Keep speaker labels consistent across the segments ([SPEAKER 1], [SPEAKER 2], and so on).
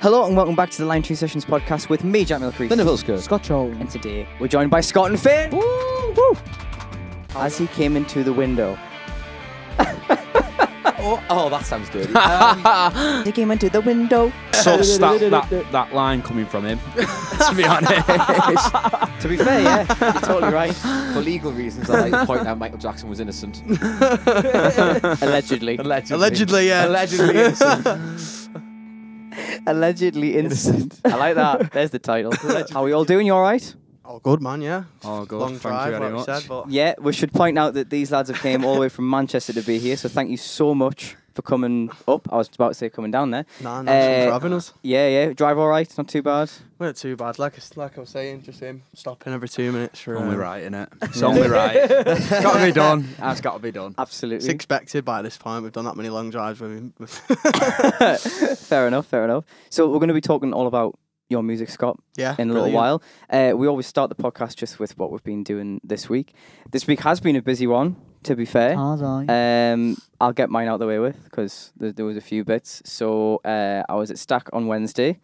[SPEAKER 1] Hello and welcome back to the Line 2 Sessions podcast with me, Jack Milcrease.
[SPEAKER 2] Linda Vilska.
[SPEAKER 3] Scotch Old.
[SPEAKER 1] And today we're joined by Scott and Finn. Woo! As he came into the window,
[SPEAKER 2] Oh, oh, that sounds good.
[SPEAKER 1] he came into the window.
[SPEAKER 4] sucks that, that, that line coming from him, to be honest.
[SPEAKER 1] To be fair, yeah, you're totally right.
[SPEAKER 2] For legal reasons, I like to point out Michael Jackson was innocent.
[SPEAKER 1] Allegedly,
[SPEAKER 2] Allegedly.
[SPEAKER 5] Allegedly, yeah.
[SPEAKER 2] Allegedly innocent.
[SPEAKER 1] allegedly innocent. I like that. There's the title. How are we all doing? You all right?
[SPEAKER 5] Oh, good man, yeah.
[SPEAKER 4] oh, God,
[SPEAKER 5] Long
[SPEAKER 4] thank
[SPEAKER 5] drive,
[SPEAKER 4] you
[SPEAKER 5] like
[SPEAKER 4] very
[SPEAKER 5] we
[SPEAKER 4] much.
[SPEAKER 5] said, but
[SPEAKER 1] Yeah. We should point out that these lads have came all the way from Manchester to be here, so thank you so much for coming up. I was about to say coming down there.
[SPEAKER 5] nah, thanks
[SPEAKER 1] Uh,
[SPEAKER 5] for having us.
[SPEAKER 1] Yeah, yeah. Drive all right. Not too bad.
[SPEAKER 5] Weren't too bad. Like, I s- like I was saying, just him stopping every two minutes for
[SPEAKER 4] It's
[SPEAKER 5] um,
[SPEAKER 4] only right, innit? It's only right. it's got to be done. That's got to be done.
[SPEAKER 1] Absolutely.
[SPEAKER 5] It's expected by this point. We've done that many long drives with him.
[SPEAKER 1] fair enough. Fair enough. So we're going to be talking all about your music, Scott.
[SPEAKER 5] yeah.
[SPEAKER 1] in a little while. Uh, we always start the podcast just with what we've been doing this week. This week has been a busy one, to be fair. Um, I'll get mine out the way with because there, there was a few bits. So uh, I was at Stack on Wednesday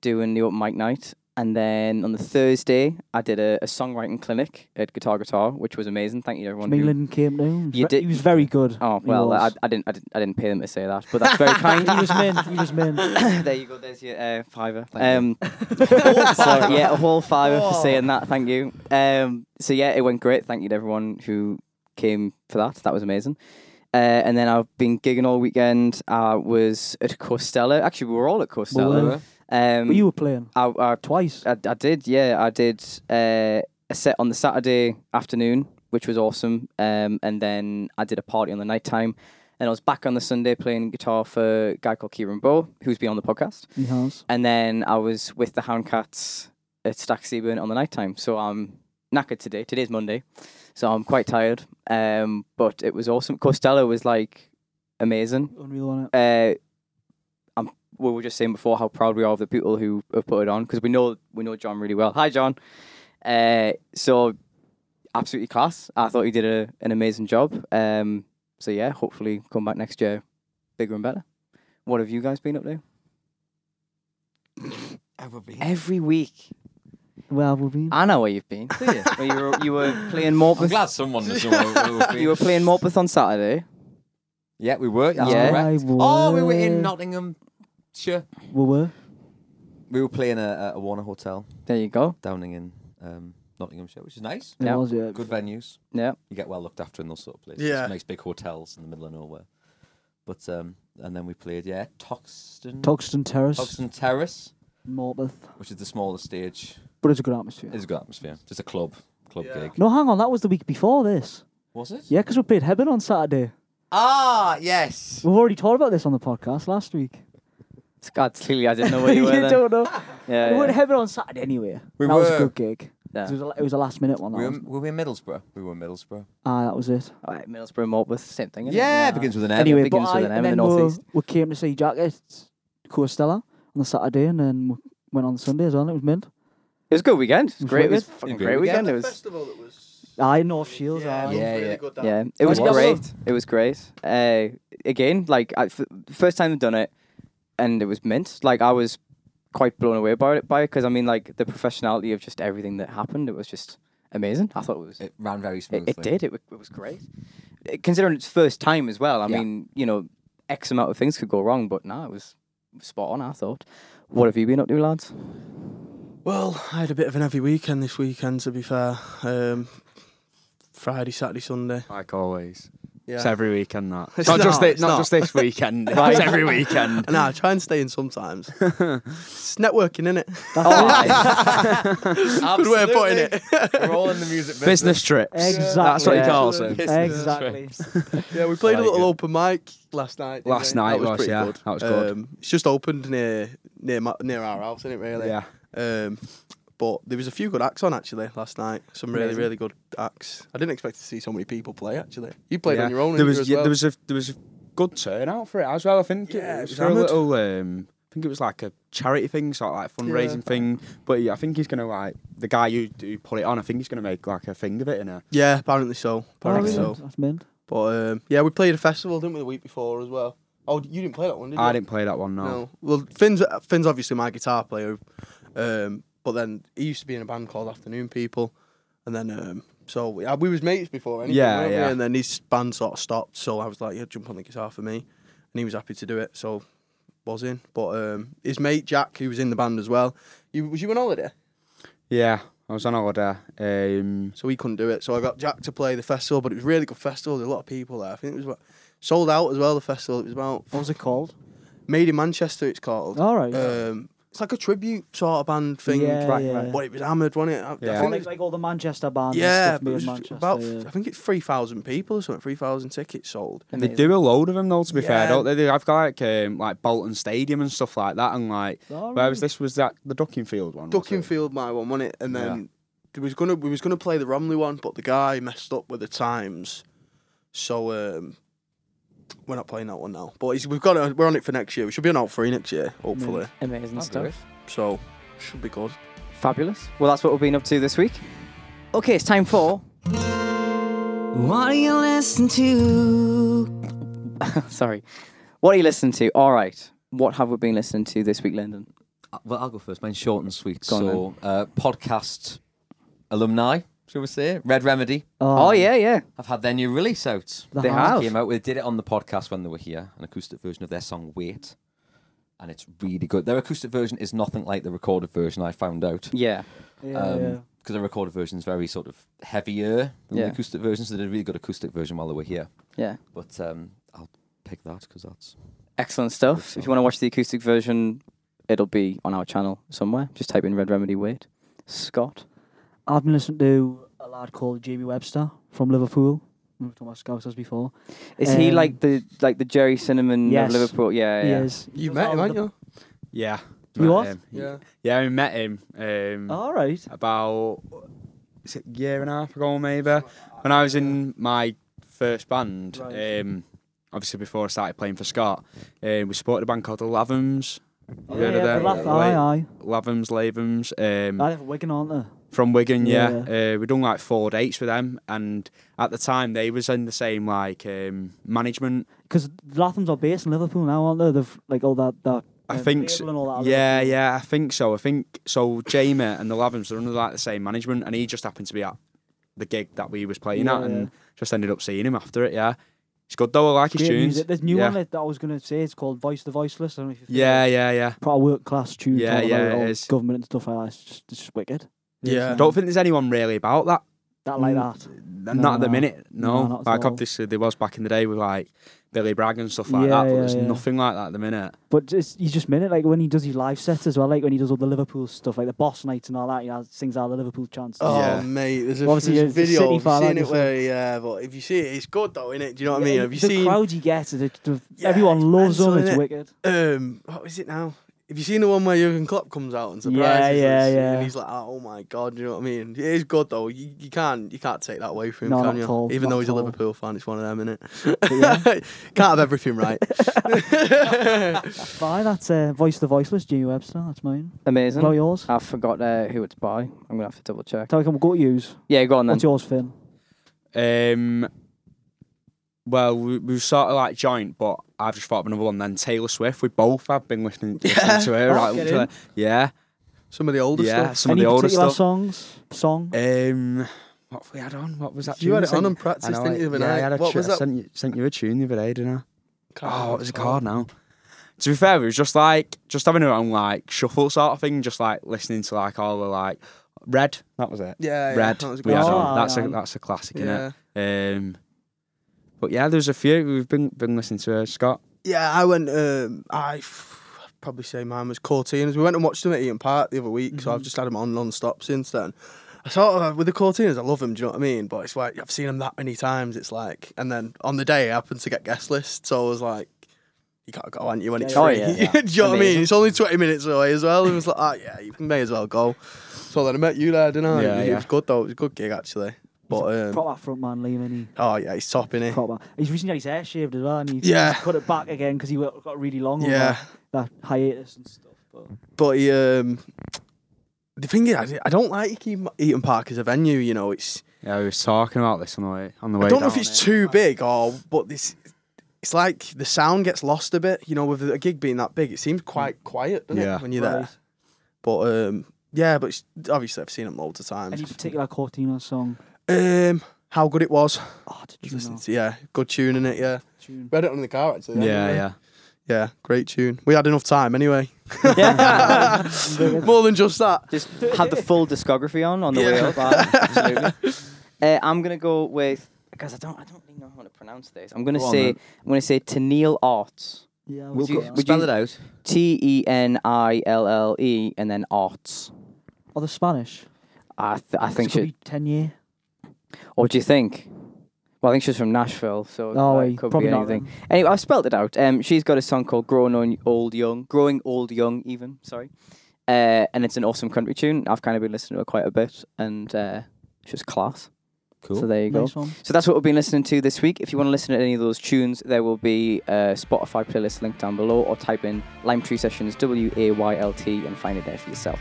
[SPEAKER 1] doing the open mic night. And then on the Thursday, I did a, a songwriting clinic at Guitar Guitar, which was amazing. Thank you, everyone. who-
[SPEAKER 3] Milan came down.
[SPEAKER 1] You did-
[SPEAKER 3] He was very good.
[SPEAKER 1] Oh
[SPEAKER 3] He
[SPEAKER 1] well, I,
[SPEAKER 3] was.
[SPEAKER 1] I didn't, I didn't, I didn't pay them to say that, but that's very kind.
[SPEAKER 3] he was mint. He was mint.
[SPEAKER 1] there you go. There's your uh, fiver. Um, so, yeah, a whole fiver for saying that. Thank you. Um, so yeah, it went great. Thank you to everyone who came for that. That was amazing. Uh, and then I've been gigging all weekend. I was at Costello. Actually, we were all at
[SPEAKER 3] Well,
[SPEAKER 1] Costello.
[SPEAKER 3] uh,
[SPEAKER 1] Um,
[SPEAKER 3] But you were playing
[SPEAKER 1] I, I,
[SPEAKER 3] twice.
[SPEAKER 1] I, I did. Yeah, I did uh, a set on the Saturday afternoon, which was awesome. Um, and then I did a party on the night time. And I was back on the Sunday playing guitar for a guy called Kieran Bow, who's been on the podcast.
[SPEAKER 3] He has.
[SPEAKER 1] And then I was with the Houndcats at Stack Seaburn on the night time. So I'm knackered today. Today's Monday. So I'm quite tired. Um, but it was awesome. Costello was like amazing.
[SPEAKER 3] Unreal on it.
[SPEAKER 1] Uh, I'm, we were just saying before how proud we are of the people who have put it on because we know we know John really well. Hi, John. Uh, so absolutely class. I thought he did a, an amazing job. Um, so yeah, hopefully come back next year bigger and better. What have you guys been up to? Every week.
[SPEAKER 3] Where have we been?
[SPEAKER 1] I know where you've been. Well, you, were, you were playing Morpeth.
[SPEAKER 2] I'm glad someone was somewhere.
[SPEAKER 1] You were playing Morpeth on Saturday.
[SPEAKER 2] Yeah, we were. That's
[SPEAKER 1] Yeah.
[SPEAKER 2] correct.
[SPEAKER 3] I
[SPEAKER 2] Oh, we were in
[SPEAKER 3] were.
[SPEAKER 2] Nottinghamshire.
[SPEAKER 3] we were.
[SPEAKER 2] We were playing a, a Warner Hotel
[SPEAKER 1] There you go.
[SPEAKER 2] downing in um, Nottinghamshire, which is nice.
[SPEAKER 3] It
[SPEAKER 1] Yeah.
[SPEAKER 3] was, yeah.
[SPEAKER 2] Good venues.
[SPEAKER 1] Yeah.
[SPEAKER 2] You get well looked after in those sort of places.
[SPEAKER 5] Yeah.
[SPEAKER 2] It's nice big hotels in the middle of nowhere. But um, and then we played, yeah, Toxton,
[SPEAKER 3] Toxton Terrace,
[SPEAKER 2] Toxton Terrace,
[SPEAKER 3] Morpeth.
[SPEAKER 2] which is the smaller stage.
[SPEAKER 3] But it's a good atmosphere.
[SPEAKER 2] It's a good atmosphere. Just a club, club
[SPEAKER 5] Yeah.
[SPEAKER 2] gig.
[SPEAKER 3] No, hang on. That was the week before this.
[SPEAKER 2] Was it?
[SPEAKER 3] Yeah, because we played Hebron on Saturday.
[SPEAKER 2] Ah, yes.
[SPEAKER 3] We've already talked about this on the podcast last week.
[SPEAKER 1] God, clearly I didn't know where you
[SPEAKER 3] you
[SPEAKER 1] were then.
[SPEAKER 3] don't know.
[SPEAKER 1] Yeah,
[SPEAKER 3] We went
[SPEAKER 1] yeah.
[SPEAKER 3] to Hebron on Saturday anyway.
[SPEAKER 2] We
[SPEAKER 3] that was a
[SPEAKER 2] were.
[SPEAKER 3] good gig.
[SPEAKER 1] Yeah.
[SPEAKER 3] It, was a, it was a last minute one. That
[SPEAKER 2] We were,
[SPEAKER 3] wasn't it?
[SPEAKER 2] were we in Middlesbrough? We were in Middlesbrough.
[SPEAKER 3] Ah, that was it.
[SPEAKER 1] All right, Middlesbrough, Morpeth, same thing.
[SPEAKER 2] Yeah,
[SPEAKER 1] Isn't
[SPEAKER 2] it begins with an M.
[SPEAKER 3] anyway, but
[SPEAKER 1] begins
[SPEAKER 3] I,
[SPEAKER 1] with an M
[SPEAKER 3] and
[SPEAKER 1] in
[SPEAKER 3] then
[SPEAKER 1] the
[SPEAKER 3] we-
[SPEAKER 1] northeast.
[SPEAKER 3] We came to see Jack at Coastella on the Saturday, and then we went on Sunday as well. And it was mint.
[SPEAKER 1] It? it was a good weekend. It was
[SPEAKER 3] was
[SPEAKER 1] great. It was
[SPEAKER 3] wicked.
[SPEAKER 1] fucking
[SPEAKER 2] Good
[SPEAKER 1] great weekend.
[SPEAKER 2] weekend.
[SPEAKER 1] It was
[SPEAKER 5] festival that was.
[SPEAKER 3] Aye, North Shields.
[SPEAKER 5] Yeah,
[SPEAKER 3] aye.
[SPEAKER 5] it was
[SPEAKER 2] Yeah,
[SPEAKER 5] really
[SPEAKER 2] yeah.
[SPEAKER 5] good. That.
[SPEAKER 1] yeah, it was
[SPEAKER 2] It was.
[SPEAKER 1] great. It was great. Uh, again, like I, f- first time I've done it, and it was mint. Like I was quite blown away by it by it because I mean like the professionality of just everything that happened. It was just amazing. I thought it was
[SPEAKER 2] It ran very
[SPEAKER 1] It,
[SPEAKER 2] smoothly.
[SPEAKER 1] it did. It, wa- it was great. Uh, Considering it's first time as well. I
[SPEAKER 2] Yeah.
[SPEAKER 1] mean, you know, X amount of things could go wrong, but nah, it was spot on. I thought. What have you been up to, lads?
[SPEAKER 5] Well, I had a bit of an heavy weekend this weekend, to be fair. Um, Friday, Saturday, Sunday.
[SPEAKER 4] Like always.
[SPEAKER 5] Yeah.
[SPEAKER 4] It's every weekend, that.
[SPEAKER 5] It's
[SPEAKER 4] not, just
[SPEAKER 5] not,
[SPEAKER 4] this,
[SPEAKER 5] it's
[SPEAKER 4] not,
[SPEAKER 5] not.
[SPEAKER 4] just this weekend. It's every weekend.
[SPEAKER 5] Nah, I try and stay in sometimes. it's networking, innit?
[SPEAKER 3] That's
[SPEAKER 5] Good way of putting it.
[SPEAKER 2] We're all in the music business.
[SPEAKER 4] Business trips.
[SPEAKER 3] Exactly.
[SPEAKER 4] That's what he
[SPEAKER 1] Yeah.
[SPEAKER 4] calls them.
[SPEAKER 5] Business
[SPEAKER 3] it. exactly.
[SPEAKER 5] Yeah, we played
[SPEAKER 4] Like
[SPEAKER 5] a little
[SPEAKER 4] it.
[SPEAKER 5] open mic last night. didn't
[SPEAKER 4] Last
[SPEAKER 5] we?
[SPEAKER 4] night
[SPEAKER 5] that was,
[SPEAKER 4] was,
[SPEAKER 5] pretty
[SPEAKER 4] yeah,
[SPEAKER 5] good.
[SPEAKER 4] that was good.
[SPEAKER 5] Um, it's just opened near near my, near our house, isn't it? Really.
[SPEAKER 4] Yeah.
[SPEAKER 5] Um, but there was a few good acts on actually last night. Some really
[SPEAKER 1] Amazing.
[SPEAKER 5] really good acts. I didn't expect to see so many people play actually. You played
[SPEAKER 4] Yeah.
[SPEAKER 5] on your own.
[SPEAKER 4] There
[SPEAKER 5] didn't
[SPEAKER 4] was
[SPEAKER 5] you, as
[SPEAKER 4] yeah,
[SPEAKER 5] well?
[SPEAKER 4] there was a there was a good turnout for it as well. I think
[SPEAKER 5] Yeah,
[SPEAKER 4] it
[SPEAKER 5] it
[SPEAKER 4] was
[SPEAKER 5] was
[SPEAKER 4] for a
[SPEAKER 5] hammered.
[SPEAKER 4] little. Um, I think it was like a charity thing, sort of like fundraising thing. But yeah, I think he's gonna like the guy who, who put it on. I think he's gonna make like a thing of it in a.
[SPEAKER 5] yeah, apparently so.
[SPEAKER 3] Oh,
[SPEAKER 5] Apparently
[SPEAKER 3] really?
[SPEAKER 5] so.
[SPEAKER 3] That's mint.
[SPEAKER 5] But um, yeah, we played a festival, didn't we, the week before as well? Oh, you didn't play that one, did you?
[SPEAKER 4] I didn't play that one. No.
[SPEAKER 5] No. Well, Finn's Finn's obviously my guitar player, um, but then he used to be in a band called Afternoon People, and then um, so we, uh, we was mates before. Anything,
[SPEAKER 4] Yeah,
[SPEAKER 5] weren't we?
[SPEAKER 4] yeah.
[SPEAKER 5] And then his band sort of stopped, so I was like, yeah, jump on the guitar for me, and he was happy to do it, so was in. But um, his mate Jack, who was in the band as well, you was you on holiday,
[SPEAKER 4] Yeah, I was on holiday. Um,
[SPEAKER 5] so he couldn't do it. So I got Jack to play the festival, but it was a really good festival. There were a lot of people there. I think it was about, sold out as well. The festival it was about
[SPEAKER 3] What was it called?
[SPEAKER 5] Made in Manchester. It's
[SPEAKER 4] Oh,
[SPEAKER 5] called.
[SPEAKER 3] All right.
[SPEAKER 5] Um, it's like a tribute sort of band thing.
[SPEAKER 3] Yeah,
[SPEAKER 4] right,
[SPEAKER 3] yeah.
[SPEAKER 4] right.
[SPEAKER 5] But it was hammered, wasn't it? I,
[SPEAKER 4] Yeah.
[SPEAKER 5] I
[SPEAKER 3] Well,
[SPEAKER 5] think it
[SPEAKER 3] it was
[SPEAKER 5] was-
[SPEAKER 3] like all the Manchester bands.
[SPEAKER 5] yeah,
[SPEAKER 3] and
[SPEAKER 5] but
[SPEAKER 3] stuff
[SPEAKER 5] it
[SPEAKER 3] made
[SPEAKER 5] was
[SPEAKER 3] in Manchester.
[SPEAKER 5] about
[SPEAKER 3] yeah.
[SPEAKER 5] I think it's three thousand people or something. Three thousand tickets sold.
[SPEAKER 4] they do a load of them though. To be fair,
[SPEAKER 5] Yeah.
[SPEAKER 4] don't they? They- I've got like um, like Bolton Stadium and stuff like that, and like
[SPEAKER 3] All
[SPEAKER 4] where
[SPEAKER 3] right.
[SPEAKER 4] was this? Was that the Duckingfield one? was it?
[SPEAKER 5] Duckingfield, my one, wasn't it? And then there was gonna we was gonna play the Romley one, but the guy messed up with the times, so um, we're not playing that one now. But it's, we've got a, we're on it for next year. We should be on all three next year, hopefully.
[SPEAKER 1] Amazing stuff.
[SPEAKER 5] So should be good.
[SPEAKER 1] Fabulous. Well, that's what we've been up to this week. Okay, it's time for.
[SPEAKER 6] What do you listen to?
[SPEAKER 1] Sorry. What are you listening to? All right. What have we been listening to this week, Lyndon?
[SPEAKER 2] Uh, Well, I'll go first. Mine's short and sweet.
[SPEAKER 1] Go on
[SPEAKER 2] so, uh, podcast alumni, shall we say? Red Remedy
[SPEAKER 1] Oh, yeah, yeah.
[SPEAKER 2] have had their new release out.
[SPEAKER 3] Um, The
[SPEAKER 1] They
[SPEAKER 3] house.
[SPEAKER 1] have.
[SPEAKER 2] Came out. They did it on the podcast when they were here, an acoustic version of their song "Wait," and it's really good. Their acoustic version is nothing like the recorded version. I found out.
[SPEAKER 1] Yeah.
[SPEAKER 3] Yeah,
[SPEAKER 2] because
[SPEAKER 3] yeah.
[SPEAKER 2] the recorded version is very sort of heavier than
[SPEAKER 1] Yeah.
[SPEAKER 2] the acoustic version, so they did a really good acoustic version while they were here.
[SPEAKER 1] Yeah.
[SPEAKER 2] But um, I'll pick that because that's
[SPEAKER 1] Excellent stuff. If you want to watch the acoustic version, it'll be on our channel somewhere. Just type in Red Remedy Wait. Scott.
[SPEAKER 3] I've been listening to a lad called Jamie Webster from Liverpool. We've talked about Scousers before.
[SPEAKER 1] Is he
[SPEAKER 3] Um,
[SPEAKER 1] like the like the Jerry Cinnamon
[SPEAKER 3] Yes.
[SPEAKER 1] of Liverpool? Yeah,
[SPEAKER 3] He
[SPEAKER 1] yeah.
[SPEAKER 3] is.
[SPEAKER 5] You met him, haven't you?
[SPEAKER 4] Yeah.
[SPEAKER 3] You Oh.
[SPEAKER 4] met
[SPEAKER 3] what?
[SPEAKER 4] him.
[SPEAKER 5] Yeah.
[SPEAKER 4] Yeah, we met him. Um,
[SPEAKER 3] All right.
[SPEAKER 4] about is it a year and a half ago maybe when I was in my first band
[SPEAKER 3] Right.
[SPEAKER 4] um obviously before I started playing for Scott um, we supported a band called the Lavums Have you heard
[SPEAKER 3] Oh, yeah,
[SPEAKER 4] of
[SPEAKER 3] the
[SPEAKER 4] them?
[SPEAKER 3] laugh- aye,
[SPEAKER 4] Lavums Lavums
[SPEAKER 3] aye.
[SPEAKER 4] um,
[SPEAKER 3] They're Wigan, aren't they?
[SPEAKER 4] from Wigan yeah,
[SPEAKER 3] Yeah.
[SPEAKER 4] Uh, we done like four dates with them and at the time they was in the same like um, management
[SPEAKER 3] Because Latham's are based in Liverpool now, aren't they? They've like all that that.
[SPEAKER 4] I
[SPEAKER 3] um,
[SPEAKER 4] think so.
[SPEAKER 3] label and all that are
[SPEAKER 4] yeah,
[SPEAKER 3] Liverpool.
[SPEAKER 4] yeah, I think so. I think so. Jamie and the Lavins are under like the same management, and he just happened to be at the gig that we was playing at,
[SPEAKER 3] Yeah.
[SPEAKER 4] and just ended up seeing him after it. Yeah, it's good though. I like his
[SPEAKER 3] Great
[SPEAKER 4] tunes.
[SPEAKER 3] music. There's new
[SPEAKER 4] yeah.
[SPEAKER 3] one that that I was gonna say. It's called Voice the Voiceless. I don't know if you've heard
[SPEAKER 4] Yeah,
[SPEAKER 3] of it.
[SPEAKER 4] yeah, yeah.
[SPEAKER 3] Proper work class tune.
[SPEAKER 4] Yeah,
[SPEAKER 3] talking
[SPEAKER 4] yeah,
[SPEAKER 3] about
[SPEAKER 4] it
[SPEAKER 3] all
[SPEAKER 4] is.
[SPEAKER 3] Government and stuff like that. It's just, it's just wicked.
[SPEAKER 5] Yeah.
[SPEAKER 4] I don't think there's anyone really about that.
[SPEAKER 3] That like that.
[SPEAKER 4] Not at the
[SPEAKER 3] no.
[SPEAKER 4] minute. No,
[SPEAKER 3] No, not at
[SPEAKER 4] like
[SPEAKER 3] all.
[SPEAKER 4] obviously there was back in the day with like Billy Bragg and stuff like
[SPEAKER 3] Yeah,
[SPEAKER 4] that, but
[SPEAKER 3] yeah,
[SPEAKER 4] there's
[SPEAKER 3] yeah.
[SPEAKER 4] nothing like that at the minute.
[SPEAKER 3] But it's, he's just minute like when he does his live sets as well. Like when he does all the Liverpool stuff, like the boss nights and all that. He has, sings out the Liverpool chants.
[SPEAKER 5] Oh
[SPEAKER 4] Yeah.
[SPEAKER 5] mate, there's a,
[SPEAKER 3] Well, obviously,
[SPEAKER 5] there's a
[SPEAKER 3] it's a
[SPEAKER 5] video.
[SPEAKER 3] city
[SPEAKER 5] I've
[SPEAKER 3] fan,
[SPEAKER 5] seen it
[SPEAKER 3] obviously.
[SPEAKER 5] where yeah, but if you see it, it's good though, innit? Do you know what I mean?
[SPEAKER 3] Yeah,
[SPEAKER 5] Have you
[SPEAKER 3] the
[SPEAKER 5] seen
[SPEAKER 3] crowd he gets? Is it, the-
[SPEAKER 5] Yeah,
[SPEAKER 3] everyone
[SPEAKER 5] it's
[SPEAKER 3] loves
[SPEAKER 5] mental,
[SPEAKER 3] him. It's
[SPEAKER 5] innit?
[SPEAKER 3] wicked.
[SPEAKER 5] um, what is it now? Have you seen the one where Jurgen Klopp comes out and surprises
[SPEAKER 3] Yeah, yeah,
[SPEAKER 5] us?
[SPEAKER 3] yeah.
[SPEAKER 5] And he's like, oh my god, you know what I mean? It is good though. You, you can't you can't take that away from him,
[SPEAKER 3] No,
[SPEAKER 5] can
[SPEAKER 3] not
[SPEAKER 5] you?
[SPEAKER 3] at all,
[SPEAKER 5] Even
[SPEAKER 3] not
[SPEAKER 5] though he's
[SPEAKER 3] at
[SPEAKER 5] a
[SPEAKER 3] all.
[SPEAKER 5] Liverpool fan, it's one of them,
[SPEAKER 3] yeah.
[SPEAKER 5] innit? can't have everything right.
[SPEAKER 3] Bye. That's uh, Voice the Voiceless, Jimmy Webster. That's mine.
[SPEAKER 1] Amazing.
[SPEAKER 3] What about yours?
[SPEAKER 1] I forgot uh, who it's by. I'm gonna have to double check.
[SPEAKER 3] Tell me, we'll go to yous.
[SPEAKER 1] Yeah, go on then.
[SPEAKER 3] What's yours, Finn?
[SPEAKER 4] Um, well, we, we were sort of like joint, but I've just thought of another one. Then Taylor Swift, we both have been listening, listening
[SPEAKER 5] Yeah.
[SPEAKER 4] to her.
[SPEAKER 3] Oh,
[SPEAKER 4] Right,
[SPEAKER 3] get
[SPEAKER 4] literally.
[SPEAKER 3] in.
[SPEAKER 4] yeah,
[SPEAKER 5] Some of the older
[SPEAKER 4] yeah,
[SPEAKER 5] stuff.
[SPEAKER 4] some
[SPEAKER 3] Any
[SPEAKER 4] of the older
[SPEAKER 3] particular
[SPEAKER 4] stuff.
[SPEAKER 3] songs? Song?
[SPEAKER 4] Um, what have we had on? What was that?
[SPEAKER 5] You
[SPEAKER 4] tune
[SPEAKER 5] had
[SPEAKER 4] I
[SPEAKER 5] it
[SPEAKER 4] sent
[SPEAKER 5] on
[SPEAKER 4] you?
[SPEAKER 5] and practiced,
[SPEAKER 4] I know,
[SPEAKER 5] didn't you, the other
[SPEAKER 4] yeah, I
[SPEAKER 5] night?
[SPEAKER 4] had a
[SPEAKER 5] What
[SPEAKER 4] tune-
[SPEAKER 5] was
[SPEAKER 4] I
[SPEAKER 5] that?
[SPEAKER 4] Sent you, sent you a tune the other day, didn't I? Oh, what was it called now? To be fair, it was just like just having her own like shuffle sort of thing, just like listening to like all the like red. That was it.
[SPEAKER 5] Yeah, yeah,
[SPEAKER 4] red.
[SPEAKER 5] that was a
[SPEAKER 4] we had
[SPEAKER 3] good
[SPEAKER 4] on.
[SPEAKER 3] one.
[SPEAKER 4] That's a
[SPEAKER 3] Alright.
[SPEAKER 4] that's a classic, innit?
[SPEAKER 5] Yeah.
[SPEAKER 4] Um, but yeah, there's a few we've been been listening to. Uh, Scott,
[SPEAKER 5] Yeah, I went. Um, I f- I'd probably say mine was Cortinas. We went and watched them at Eaton Park the other week, so I've just had them on non-stop since then. I sort of with the Cortinas, I love them. Do you know what I mean? But it's like I've seen them that many times. It's like, and then on the day I happened to get guest list, so I was like, "You gotta go, aren't you?" When it's
[SPEAKER 1] Yeah,
[SPEAKER 5] free,
[SPEAKER 1] yeah, yeah.
[SPEAKER 5] do you know what I mean?
[SPEAKER 1] Amazing.
[SPEAKER 5] It's only twenty minutes away as well. It was like, "Ah, yeah, you may as well go." So then I met you there, didn't I?
[SPEAKER 4] Yeah,
[SPEAKER 5] it, was,
[SPEAKER 4] yeah.
[SPEAKER 5] it was good though. It was a good gig actually. But um,
[SPEAKER 3] proper front man, Liam, and
[SPEAKER 5] oh yeah, he's top in
[SPEAKER 3] he
[SPEAKER 5] it.
[SPEAKER 3] proper. He's recently had his hair shaved as well, and he
[SPEAKER 5] Yeah.
[SPEAKER 3] he's cut it back again because he wo- got really long. over
[SPEAKER 5] Yeah.
[SPEAKER 3] that hiatus and stuff. But
[SPEAKER 5] But he, um, the thing is, I- I don't like Eaton Eaton Park as a venue. You know, it's
[SPEAKER 4] yeah, we were talking about this on the way on the way.
[SPEAKER 5] I don't know
[SPEAKER 4] down.
[SPEAKER 5] if it's too big or, but this it's like the sound gets lost a bit. You know, with a gig being that big, it seems quite quiet, doesn't
[SPEAKER 4] Yeah.
[SPEAKER 5] it, when you're there?
[SPEAKER 3] Right.
[SPEAKER 5] But um, yeah, but it's- obviously I've seen them loads of
[SPEAKER 3] Any
[SPEAKER 5] times.
[SPEAKER 3] particular Cortina song?
[SPEAKER 5] Um, how good it was.
[SPEAKER 3] Oh, did you
[SPEAKER 5] Listen
[SPEAKER 3] know?
[SPEAKER 5] to, yeah, good tune in it. Yeah,
[SPEAKER 3] Tune.
[SPEAKER 5] read it on the car actually.
[SPEAKER 4] Yeah,
[SPEAKER 5] anyway.
[SPEAKER 4] yeah.
[SPEAKER 5] yeah, great tune. We had enough time anyway. More than just that.
[SPEAKER 1] Just have the full discography on on the way
[SPEAKER 5] Yeah.
[SPEAKER 1] up. Absolutely. Uh, I'm gonna go with because I don't I don't really know how to pronounce this. I'm gonna
[SPEAKER 2] Go on
[SPEAKER 1] say
[SPEAKER 2] then.
[SPEAKER 1] I'm gonna say Tenille Arts.
[SPEAKER 3] Yeah,
[SPEAKER 1] Would
[SPEAKER 3] we'll
[SPEAKER 1] you-
[SPEAKER 3] go.
[SPEAKER 1] would
[SPEAKER 2] Spell it out.
[SPEAKER 1] T E N I L L E and then Arts.
[SPEAKER 3] Or Oh, the Spanish.
[SPEAKER 1] I th- I think
[SPEAKER 3] it could
[SPEAKER 1] she.
[SPEAKER 3] be ten year.
[SPEAKER 1] Or do you think? Well, I think she's from Nashville, so
[SPEAKER 3] Oh,
[SPEAKER 1] that
[SPEAKER 3] wait,
[SPEAKER 1] could
[SPEAKER 3] probably
[SPEAKER 1] be
[SPEAKER 3] not
[SPEAKER 1] anything.
[SPEAKER 3] then.
[SPEAKER 1] Anyway, I spelled it out. Um, she's got a song called "Growing On- Old Young," growing old young, even sorry, uh, and it's an awesome country tune. I've kind of been listening to it quite a bit, and uh, it's just class.
[SPEAKER 2] Cool.
[SPEAKER 1] So there you go.
[SPEAKER 3] Nice one.
[SPEAKER 1] So that's what we've been listening to this week. If you want to listen to any of those tunes, there will be a Spotify playlist linked down below, or type in Lime Tree Sessions W A Y L T and find it there for yourself.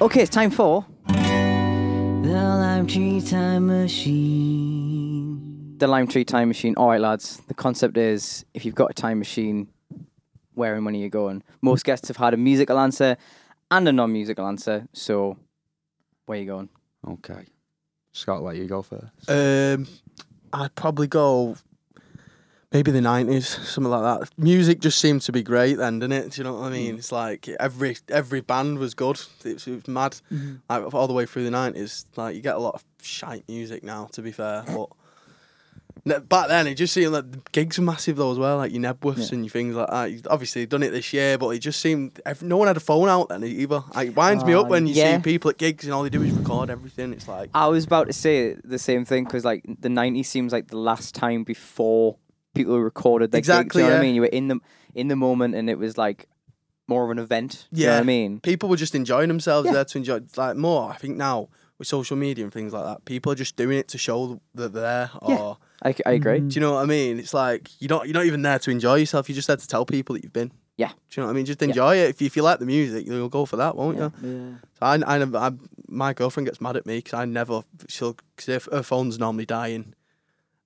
[SPEAKER 1] Okay, it's time for
[SPEAKER 6] The Lime Tree Time Machine.
[SPEAKER 1] the Lime Tree Time Machine. All right, lads. The concept is if you've got a time machine, where and when are you going? Most guests have had a musical answer and a non musical answer. So, where are you going?
[SPEAKER 4] Okay. Scott, let you go first.
[SPEAKER 5] Um, I'd probably go maybe the nineties, something like that. Music just seemed to be great then, didn't it? Do you know what I mean? It's like every every band was good. It was mad,
[SPEAKER 3] Mm-hmm.
[SPEAKER 5] like all the way through the nineties. Like you get a lot of shite music now, to be fair, but. n- Back then, it just seemed like the gigs were massive though as well, like your Nebworths and your things like that. You've Obviously, done it this year, but it just seemed ev- no one had a phone out then either. Like, it winds me
[SPEAKER 3] Ah,
[SPEAKER 5] up when you
[SPEAKER 1] yeah.
[SPEAKER 5] see people at gigs and all they do is record everything. It's like
[SPEAKER 1] I was about to say the same thing because, like, the 90s seems like the last time before people recorded their gigs,
[SPEAKER 5] Exactly,
[SPEAKER 1] you know what I
[SPEAKER 5] yeah.
[SPEAKER 1] mean? You were in the, in the moment and it was like more of an event. You know what I
[SPEAKER 5] Yeah.
[SPEAKER 1] mean?
[SPEAKER 5] people were just enjoying themselves there to enjoy like more. I think now with social media and things like that, people are just doing it to show that they're there. Or
[SPEAKER 1] I,
[SPEAKER 5] Mm-hmm.
[SPEAKER 1] c- I agree.
[SPEAKER 5] do you know what I mean? It's like you're not you're not even there to enjoy yourself. You're just there to tell people that you've been.
[SPEAKER 1] Yeah.
[SPEAKER 5] Do you know what I mean? Just enjoy it. If you, if you like the music, you'll go for that, won't you?
[SPEAKER 3] Yeah.
[SPEAKER 5] So I, I, never- I, my girlfriend gets mad at me because I never she'll cause if her phone's normally dying,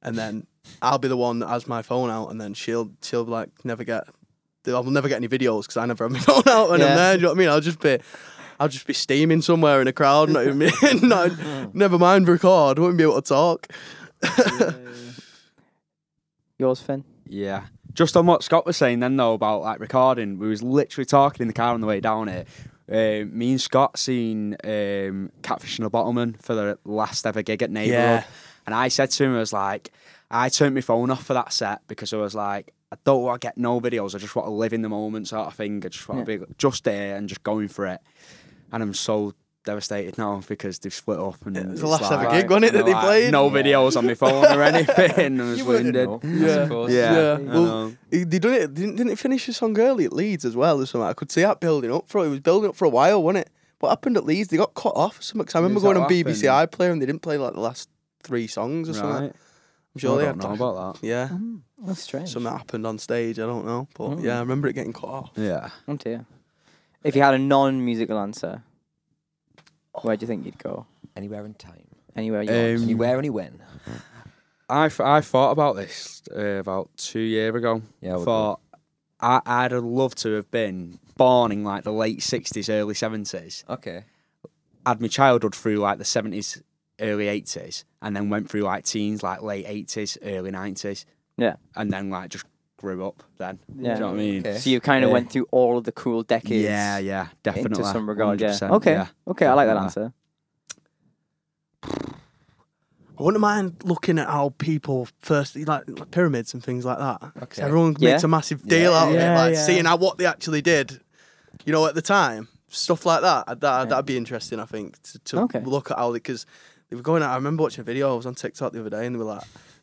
[SPEAKER 5] and then I'll be the one that has my phone out, and then she'll she'll like never get, I'll never get any videos because I never have my phone out when
[SPEAKER 1] Yeah.
[SPEAKER 5] I'm there. Do you know what I mean? I'll just be. I'll just be steaming somewhere in a crowd, not even, not, never mind record, wouldn't be able to talk.
[SPEAKER 1] Yours, Finn?
[SPEAKER 4] Yeah. Just on what Scott was saying then though about like recording, we was literally talking in the car on the way down here. Uh, me and Scott seen um, Catfish and the Bottleman for the last ever gig at Neighbourhood,
[SPEAKER 5] Yeah.
[SPEAKER 4] and I said to him, I was like, I turned my phone off for that set because I was like, I don't want to get no videos. I just want to live in the moment, sort of thing. I just want to be just there and just going for it. And I'm so devastated now because they've split up. And
[SPEAKER 5] It was
[SPEAKER 4] it's
[SPEAKER 5] the last
[SPEAKER 4] like,
[SPEAKER 5] ever gig, wasn't it, that
[SPEAKER 4] you know,
[SPEAKER 5] they
[SPEAKER 4] like,
[SPEAKER 5] played?
[SPEAKER 4] No videos on my phone or anything. I was winded.
[SPEAKER 2] Yeah.
[SPEAKER 4] Yeah.
[SPEAKER 5] Yeah.
[SPEAKER 4] I
[SPEAKER 5] Well,
[SPEAKER 4] know.
[SPEAKER 5] He- They done it. Didn't, didn't it finish his song early at Leeds as well? Or something. I could see that building up for it. was building up for a while, wasn't it? What happened at Leeds? They got cut off. or Something. 'Cause I remember
[SPEAKER 4] Is that
[SPEAKER 5] going on
[SPEAKER 4] what
[SPEAKER 5] BBC
[SPEAKER 4] happened?
[SPEAKER 5] iPlayer and they didn't play like the last three songs or something.
[SPEAKER 4] Right.
[SPEAKER 5] I'm sure they
[SPEAKER 4] I don't
[SPEAKER 5] had
[SPEAKER 4] know
[SPEAKER 5] to-
[SPEAKER 4] about
[SPEAKER 5] Yeah,
[SPEAKER 3] Um,
[SPEAKER 1] That's strange.
[SPEAKER 5] something happened on stage. I don't know, but yeah, I remember it getting cut off.
[SPEAKER 4] that. Yeah.
[SPEAKER 1] Oh dear. If you had a non-musical answer, where do you think you'd go?
[SPEAKER 2] Anywhere in time.
[SPEAKER 1] Anywhere you want.
[SPEAKER 4] Um,
[SPEAKER 2] Anywhere, any when.
[SPEAKER 4] I, th- I thought about this uh, about two year ago.
[SPEAKER 2] Yeah, I would
[SPEAKER 4] thought I, I'd have loved to have been born in like the late sixties, early seventies.
[SPEAKER 2] Okay.
[SPEAKER 4] Had my childhood through like the seventies, early eighties, and then went through like teens, like late eighties, early nineties,
[SPEAKER 1] Yeah.
[SPEAKER 4] and then like just grew up. Then,
[SPEAKER 1] Yeah.
[SPEAKER 4] do you know what I mean?
[SPEAKER 2] Okay.
[SPEAKER 1] So you kind of
[SPEAKER 4] Yeah.
[SPEAKER 1] went through all of the cool decades.
[SPEAKER 4] Yeah, yeah,
[SPEAKER 1] Into
[SPEAKER 4] definitely.
[SPEAKER 1] some regard, yeah.
[SPEAKER 4] 100%,
[SPEAKER 1] Okay, okay, I like that
[SPEAKER 4] definitely.
[SPEAKER 1] answer.
[SPEAKER 5] I wouldn't mind looking at how people first like like pyramids and things like that. 'Cause
[SPEAKER 2] Okay.
[SPEAKER 5] Everyone
[SPEAKER 1] Yeah.
[SPEAKER 5] makes a massive deal out of
[SPEAKER 3] Yeah,
[SPEAKER 5] it, like
[SPEAKER 3] yeah.
[SPEAKER 5] seeing how what they actually did. You know, at the time, stuff like that. That that'd be interesting. I think to, to
[SPEAKER 1] Okay.
[SPEAKER 5] look at how because they were going. out- I remember watching a video. I was on TikTok the other day, and they were like,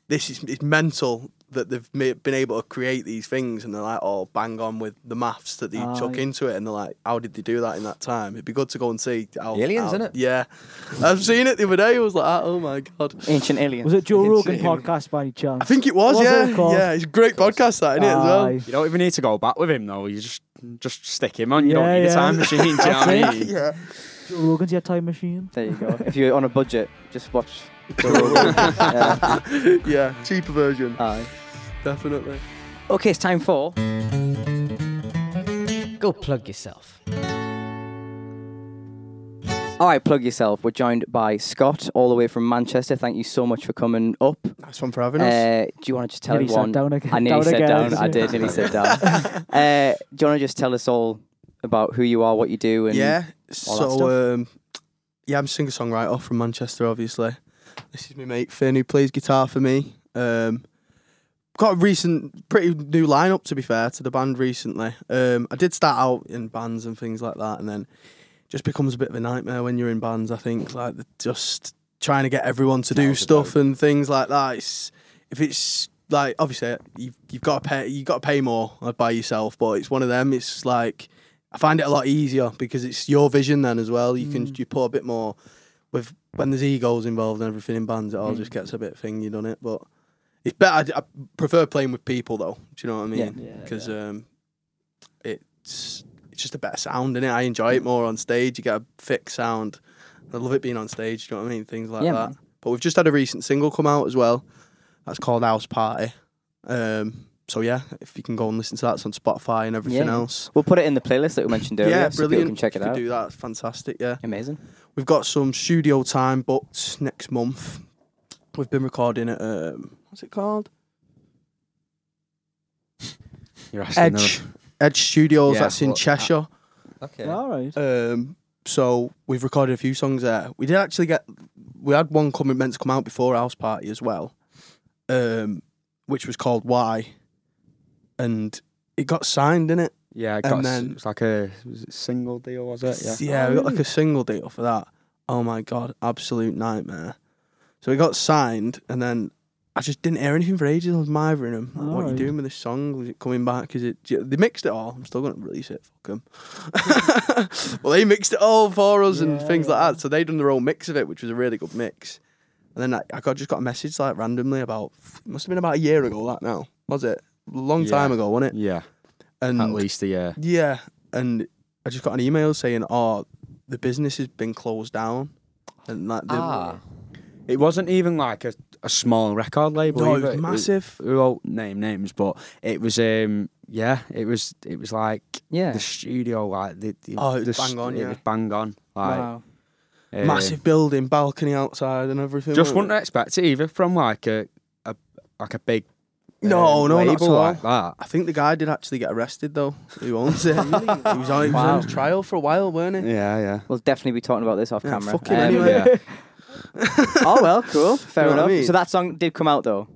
[SPEAKER 5] "This is it's mental." That they've ma- been able to create these things, and they're like, "Oh, bang on with the maths that they
[SPEAKER 3] Ah,
[SPEAKER 5] took
[SPEAKER 3] yeah.
[SPEAKER 5] into it," and they're like, "How did they do that in that time?" It'd be good to go and see. How,
[SPEAKER 2] Aliens,
[SPEAKER 5] how-
[SPEAKER 2] innit?
[SPEAKER 5] Yeah, I've seen it the other day. I was like, "Oh my god!"
[SPEAKER 1] Ancient aliens.
[SPEAKER 3] Was it Joe
[SPEAKER 5] Didn't
[SPEAKER 3] Rogan
[SPEAKER 5] see him.
[SPEAKER 3] podcast by any chance?
[SPEAKER 5] I think it was,
[SPEAKER 3] Was it?
[SPEAKER 5] yeah.
[SPEAKER 3] Of course.
[SPEAKER 5] yeah, it's a great podcast that, isn't it, as well?
[SPEAKER 3] Aye.
[SPEAKER 4] You don't even need to go back with him though. You just just stick him on. You
[SPEAKER 3] Yeah,
[SPEAKER 4] don't need
[SPEAKER 3] yeah.
[SPEAKER 4] a time machine. do you know what I mean?
[SPEAKER 5] Yeah.
[SPEAKER 3] Joe Rogan's your time machine.
[SPEAKER 1] There you go. if you're on a budget, just watch. Joe Rogan. yeah.
[SPEAKER 5] Yeah, cheaper version.
[SPEAKER 1] Aye.
[SPEAKER 5] definitely.
[SPEAKER 1] Uh, Okay, it's time for.
[SPEAKER 6] Go plug yourself.
[SPEAKER 1] All right, plug yourself. We're joined by Scott, all the way from Manchester. Thank you so much for coming up.
[SPEAKER 5] Nice one for having us.
[SPEAKER 1] Uh, do you want to just tell
[SPEAKER 3] Nearly sat
[SPEAKER 1] everyone?
[SPEAKER 3] down again-
[SPEAKER 1] I nearly
[SPEAKER 3] down
[SPEAKER 1] sat
[SPEAKER 3] again,
[SPEAKER 1] down.
[SPEAKER 3] isn't
[SPEAKER 1] I
[SPEAKER 3] it?
[SPEAKER 1] did nearly sit down. uh, do you want to just tell us all about who you are, what you do, and
[SPEAKER 5] yeah.
[SPEAKER 1] all that stuff?
[SPEAKER 5] So um, yeah, I'm a singer songwriter from Manchester, obviously. This is my mate Finn who plays guitar for me. Um, got a recent, pretty new lineup to be fair to the band recently. Um, I did start out in bands and things like that, and then just becomes a bit of a nightmare when you're in bands. I think like the- just trying to get everyone to do
[SPEAKER 2] it's a
[SPEAKER 5] stuff and things like that. It's, if it's like obviously you've, you've got to pay you got to pay more like, by yourself, but it's one of them. It's like I find it a lot easier because it's your vision then as well. You can you put a bit more with when there's egos involved and everything in bands. It all just gets a bit thingy, doesn't it? But it's better. I, I prefer playing with people though. Do you know what I
[SPEAKER 1] Yeah.
[SPEAKER 5] mean? Because um, it's it's just a better sound in it. I enjoy it more on stage. You get a thick sound. I love it being on stage. Do you know what I mean? Things like
[SPEAKER 1] Yeah,
[SPEAKER 5] that.
[SPEAKER 1] man.
[SPEAKER 5] But we've just had a recent single come out as well. That's called House Party. Um, so yeah, if you can go and listen to that, it's on Spotify and everything
[SPEAKER 1] Yeah.
[SPEAKER 5] else.
[SPEAKER 1] we'll put it in the playlist that we mentioned earlier,
[SPEAKER 5] yeah,
[SPEAKER 1] so
[SPEAKER 5] brilliant.
[SPEAKER 1] people can check it
[SPEAKER 5] If you
[SPEAKER 1] out.
[SPEAKER 5] Do that, it's fantastic. Yeah,
[SPEAKER 1] Amazing.
[SPEAKER 5] we've got some studio time booked next month. We've been recording at um, what's it called?
[SPEAKER 2] You're asking
[SPEAKER 5] Edge Edge Studios.
[SPEAKER 2] Yeah,
[SPEAKER 5] that's in
[SPEAKER 2] well, I-
[SPEAKER 5] Cheshire.
[SPEAKER 2] Okay.
[SPEAKER 3] All right.
[SPEAKER 5] Um, so we've recorded a few songs there. We did actually get we had one coming meant to come out before House Party as well, um, which was called Why, and it got signed in it.
[SPEAKER 4] Yeah, I
[SPEAKER 5] got s-
[SPEAKER 4] got
[SPEAKER 5] then- it
[SPEAKER 4] it was like a single deal, was it? Yeah.
[SPEAKER 5] yeah, we got like a single deal for that. Oh my god, absolute nightmare. So it got signed, and then I just didn't hear anything for ages. I was mithering him. Like, what are you
[SPEAKER 3] Alright.
[SPEAKER 5] doing with this song? Is it coming back? Is it? They mixed it all. I'm still gonna release it. Fuck 'em. well, they mixed it all for us and
[SPEAKER 3] Yeah,
[SPEAKER 5] things
[SPEAKER 3] yeah.
[SPEAKER 5] like that. So they done their own mix of it, which was a really good mix. And then I, I got just got a message like randomly about it must have been about a year ago. That now was it? Long
[SPEAKER 4] Yeah.
[SPEAKER 5] time ago, wasn't it?
[SPEAKER 4] Yeah,
[SPEAKER 5] And
[SPEAKER 4] at least a year.
[SPEAKER 5] yeah, and I just got an email saying, "Oh, the business has been closed down." And that they-
[SPEAKER 2] Ah,
[SPEAKER 4] It wasn't even like a, a small record label.
[SPEAKER 5] no, it
[SPEAKER 4] either.
[SPEAKER 5] was massive.
[SPEAKER 4] We won't name names, but it was um yeah, it was it was like
[SPEAKER 1] Yeah.
[SPEAKER 4] the studio like the, the
[SPEAKER 5] Oh, it was
[SPEAKER 4] the
[SPEAKER 5] bang
[SPEAKER 4] st-
[SPEAKER 5] on,
[SPEAKER 4] it
[SPEAKER 5] yeah.
[SPEAKER 4] was bang on like
[SPEAKER 3] Wow.
[SPEAKER 4] um,
[SPEAKER 5] massive building, balcony outside, and everything.
[SPEAKER 4] Just
[SPEAKER 5] wasn't
[SPEAKER 4] wouldn't expect it either from like a, a like a big
[SPEAKER 5] it? No,
[SPEAKER 4] um,
[SPEAKER 5] no, not at
[SPEAKER 4] label
[SPEAKER 5] all.
[SPEAKER 4] like that.
[SPEAKER 5] I think the guy did actually get arrested though. Who owns it? he was on, he was on his trial for a while, weren't he?
[SPEAKER 4] Yeah, yeah.
[SPEAKER 1] We'll definitely be talking about this off
[SPEAKER 5] Yeah,
[SPEAKER 1] camera. Um,
[SPEAKER 5] fuck him anyway.
[SPEAKER 4] yeah.
[SPEAKER 1] oh well, cool. Fair
[SPEAKER 5] You know what I
[SPEAKER 1] enough.
[SPEAKER 5] mean?
[SPEAKER 1] So that song did come out though.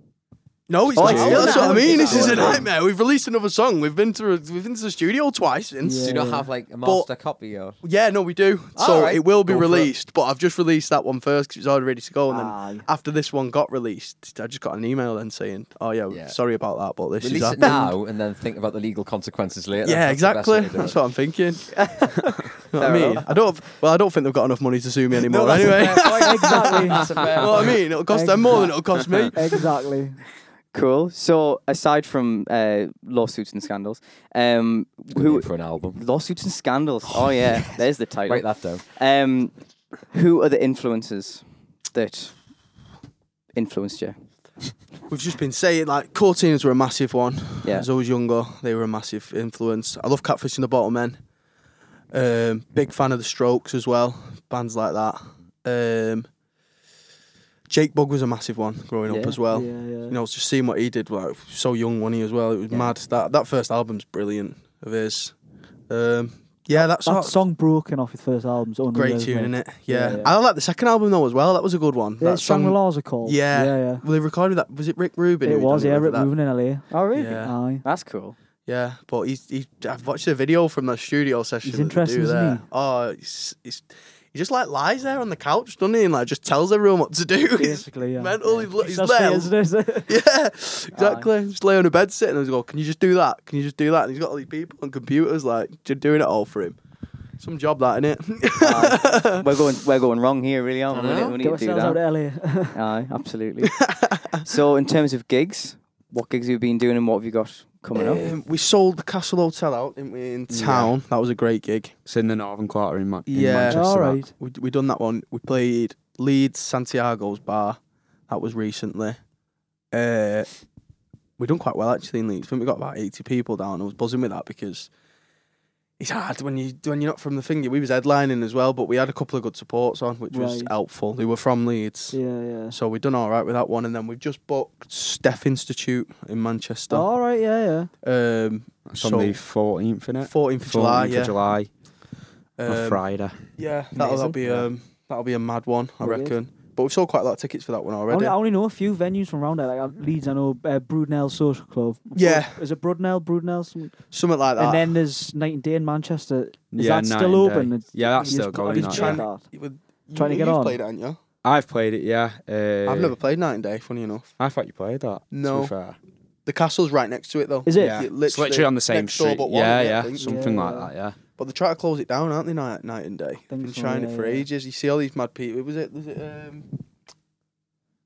[SPEAKER 5] No, he's
[SPEAKER 1] Oh,
[SPEAKER 5] not.
[SPEAKER 1] it's still
[SPEAKER 5] That's
[SPEAKER 1] not
[SPEAKER 5] what I
[SPEAKER 1] out.
[SPEAKER 5] mean. This is a
[SPEAKER 1] It's not out.
[SPEAKER 5] nightmare. We've released another song. We've been to we've been to the studio twice since.
[SPEAKER 2] do you not have like a master copy or?
[SPEAKER 5] Yeah, no, we do. so
[SPEAKER 2] Alright.
[SPEAKER 5] it will be
[SPEAKER 2] Go for it.
[SPEAKER 5] released, but I've just released that one first because it was already ready to go. And then
[SPEAKER 3] Aye.
[SPEAKER 5] after this one got released, I just got an email then saying, "Oh yeah,
[SPEAKER 2] Yeah.
[SPEAKER 5] sorry about that, but this
[SPEAKER 2] Release
[SPEAKER 5] is
[SPEAKER 2] it
[SPEAKER 5] happened."
[SPEAKER 2] now and then think about the legal consequences later.
[SPEAKER 5] Yeah,
[SPEAKER 2] That's the best way
[SPEAKER 5] exactly.
[SPEAKER 2] to do
[SPEAKER 5] That's
[SPEAKER 2] it.
[SPEAKER 5] what I'm thinking. You know what I mean,
[SPEAKER 1] enough.
[SPEAKER 5] I don't. Well, I don't think they've got enough money to sue me anymore. anyway,
[SPEAKER 3] Exactly.
[SPEAKER 2] That's a fair
[SPEAKER 5] you know what I mean, it'll cost them more than it'll cost me.
[SPEAKER 3] exactly.
[SPEAKER 1] Cool. So aside from uh, lawsuits and scandals, um,
[SPEAKER 2] Who
[SPEAKER 1] who
[SPEAKER 2] for an album?
[SPEAKER 1] lawsuits and scandals? Oh yeah, there's the title.
[SPEAKER 2] Write that down.
[SPEAKER 1] Um, who are the influences that influenced you?
[SPEAKER 5] We've just been saying like Cortinas were a massive one.
[SPEAKER 1] Yeah.
[SPEAKER 5] As I was younger, they were a massive influence. I love Catfish and the Bottle Men. Um, big fan of the Strokes as well. Bands like that. Um, Jake Bug was a massive one growing up
[SPEAKER 1] Yeah.
[SPEAKER 5] as well.
[SPEAKER 3] yeah, yeah.
[SPEAKER 5] You know, just seeing what he did, like so young when he as well, it was mad. That that first album's brilliant of his. Um, yeah, that's
[SPEAKER 3] that song broken off his first album's unreal.
[SPEAKER 5] great
[SPEAKER 3] isn't
[SPEAKER 5] tune, isn't it? Yeah.
[SPEAKER 3] Yeah, yeah.
[SPEAKER 5] I like the second album though as well. That was a good one.
[SPEAKER 3] Yeah,
[SPEAKER 5] that song,
[SPEAKER 3] Shangri-La's a call.
[SPEAKER 5] Yeah.
[SPEAKER 3] yeah, yeah.
[SPEAKER 5] well, they recorded that. Was it Rick Rubin? who
[SPEAKER 3] It was,
[SPEAKER 5] done
[SPEAKER 3] yeah,
[SPEAKER 5] with
[SPEAKER 3] Rick
[SPEAKER 5] that?
[SPEAKER 3] moving in LA.
[SPEAKER 1] Oh really?
[SPEAKER 5] Yeah.
[SPEAKER 3] Aye.
[SPEAKER 1] That's cool.
[SPEAKER 5] Yeah, but he's, he, I've watched a video from the studio session.
[SPEAKER 3] He's
[SPEAKER 5] that they
[SPEAKER 3] interesting,
[SPEAKER 5] do
[SPEAKER 3] isn't
[SPEAKER 5] there.
[SPEAKER 3] he?
[SPEAKER 5] Oh, he's, he's, he just like lies there on the couch, doesn't he? And like just tells everyone what to do. He's
[SPEAKER 3] Basically, yeah.
[SPEAKER 5] mental. He's, he's
[SPEAKER 3] That's
[SPEAKER 5] there.
[SPEAKER 3] it, isn't it?
[SPEAKER 5] Yeah, exactly. Just lay on a bed sitting and go, Can you just do that? Can you just do that? And he's got all these people on computers like j- doing it all for him. Some job that, innit?
[SPEAKER 1] Uh, we're going we're going wrong here, really, aren't we? We
[SPEAKER 2] Uh-huh.
[SPEAKER 1] need- we?
[SPEAKER 3] Get
[SPEAKER 1] need to do
[SPEAKER 3] ourselves
[SPEAKER 1] that.
[SPEAKER 3] out of LA.
[SPEAKER 1] Aye, absolutely. so, in terms of gigs, what gigs have you been doing and what have you got coming up?
[SPEAKER 5] um, we sold the Castle Hotel out, didn't we, in town? That was a great gig.
[SPEAKER 4] It's in the Northern Quarter in, Ma- in
[SPEAKER 5] Yeah.
[SPEAKER 4] Manchester.
[SPEAKER 3] All
[SPEAKER 4] that.
[SPEAKER 3] right.
[SPEAKER 5] We, we done that one. We played Leeds Santiago's Bar. That was recently. Uh, we done quite well actually in Leeds. I think we got about eighty people down. I was buzzing with that because it's hard when you when you're not from the thing. We was headlining as well, but we had a couple of good supports on, which was
[SPEAKER 3] Right.
[SPEAKER 5] helpful. They were from Leeds,
[SPEAKER 3] Yeah, yeah.
[SPEAKER 5] so we done all right with that one. And then we've just booked Steph Institute in Manchester.
[SPEAKER 3] All right, yeah, yeah.
[SPEAKER 5] Um,
[SPEAKER 4] That's
[SPEAKER 5] So-
[SPEAKER 4] on the 14th, isn't it?
[SPEAKER 5] 14th of July,
[SPEAKER 4] 14th
[SPEAKER 5] yeah.
[SPEAKER 4] of July, on
[SPEAKER 5] Um,
[SPEAKER 4] Friday.
[SPEAKER 5] Yeah, that'll, that'll be um, that'll be a mad one, I
[SPEAKER 3] Wicked.
[SPEAKER 5] reckon. But we've sold quite a lot of tickets for that one
[SPEAKER 3] I only,
[SPEAKER 5] already.
[SPEAKER 3] I only know a few venues from around there. Like uh, Leeds, I know uh, Broodnell Social Club.
[SPEAKER 5] Yeah.
[SPEAKER 3] Is it Broodnell? Broodnell? Some,
[SPEAKER 5] Something like that.
[SPEAKER 3] and then there's Night and Day in Manchester. Is
[SPEAKER 4] Ah. Yeah,
[SPEAKER 3] that
[SPEAKER 4] Night
[SPEAKER 3] still
[SPEAKER 4] and Day.
[SPEAKER 3] open? It's-
[SPEAKER 4] Yeah, that's
[SPEAKER 3] you
[SPEAKER 4] still
[SPEAKER 3] just-
[SPEAKER 4] going,
[SPEAKER 3] you
[SPEAKER 4] that,
[SPEAKER 3] just
[SPEAKER 4] yeah.
[SPEAKER 3] played that.
[SPEAKER 5] You would-
[SPEAKER 3] Trying to
[SPEAKER 5] you-
[SPEAKER 3] get
[SPEAKER 5] you've
[SPEAKER 3] on.
[SPEAKER 5] played it, haven't you?
[SPEAKER 4] I've played it, yeah. Uh,
[SPEAKER 5] I've never played Night and Day. Funny enough,
[SPEAKER 4] I thought you played that. To
[SPEAKER 5] No.
[SPEAKER 4] be fair.
[SPEAKER 5] the castle's right next to it though.
[SPEAKER 3] Is it?
[SPEAKER 4] Yeah.
[SPEAKER 5] It
[SPEAKER 4] It's literally on the same
[SPEAKER 5] next door
[SPEAKER 4] street.
[SPEAKER 5] but one,
[SPEAKER 4] yeah,
[SPEAKER 5] yeah, I
[SPEAKER 4] yeah,
[SPEAKER 5] think.
[SPEAKER 4] something
[SPEAKER 3] Yeah.
[SPEAKER 4] like that. Yeah.
[SPEAKER 5] But they try to close it down, aren't they? Night, night and day. They've
[SPEAKER 3] Think
[SPEAKER 5] been
[SPEAKER 3] so,
[SPEAKER 5] trying
[SPEAKER 3] yeah,
[SPEAKER 5] it for
[SPEAKER 3] yeah.
[SPEAKER 5] ages. You see all these mad people. Was it? Was it? Um,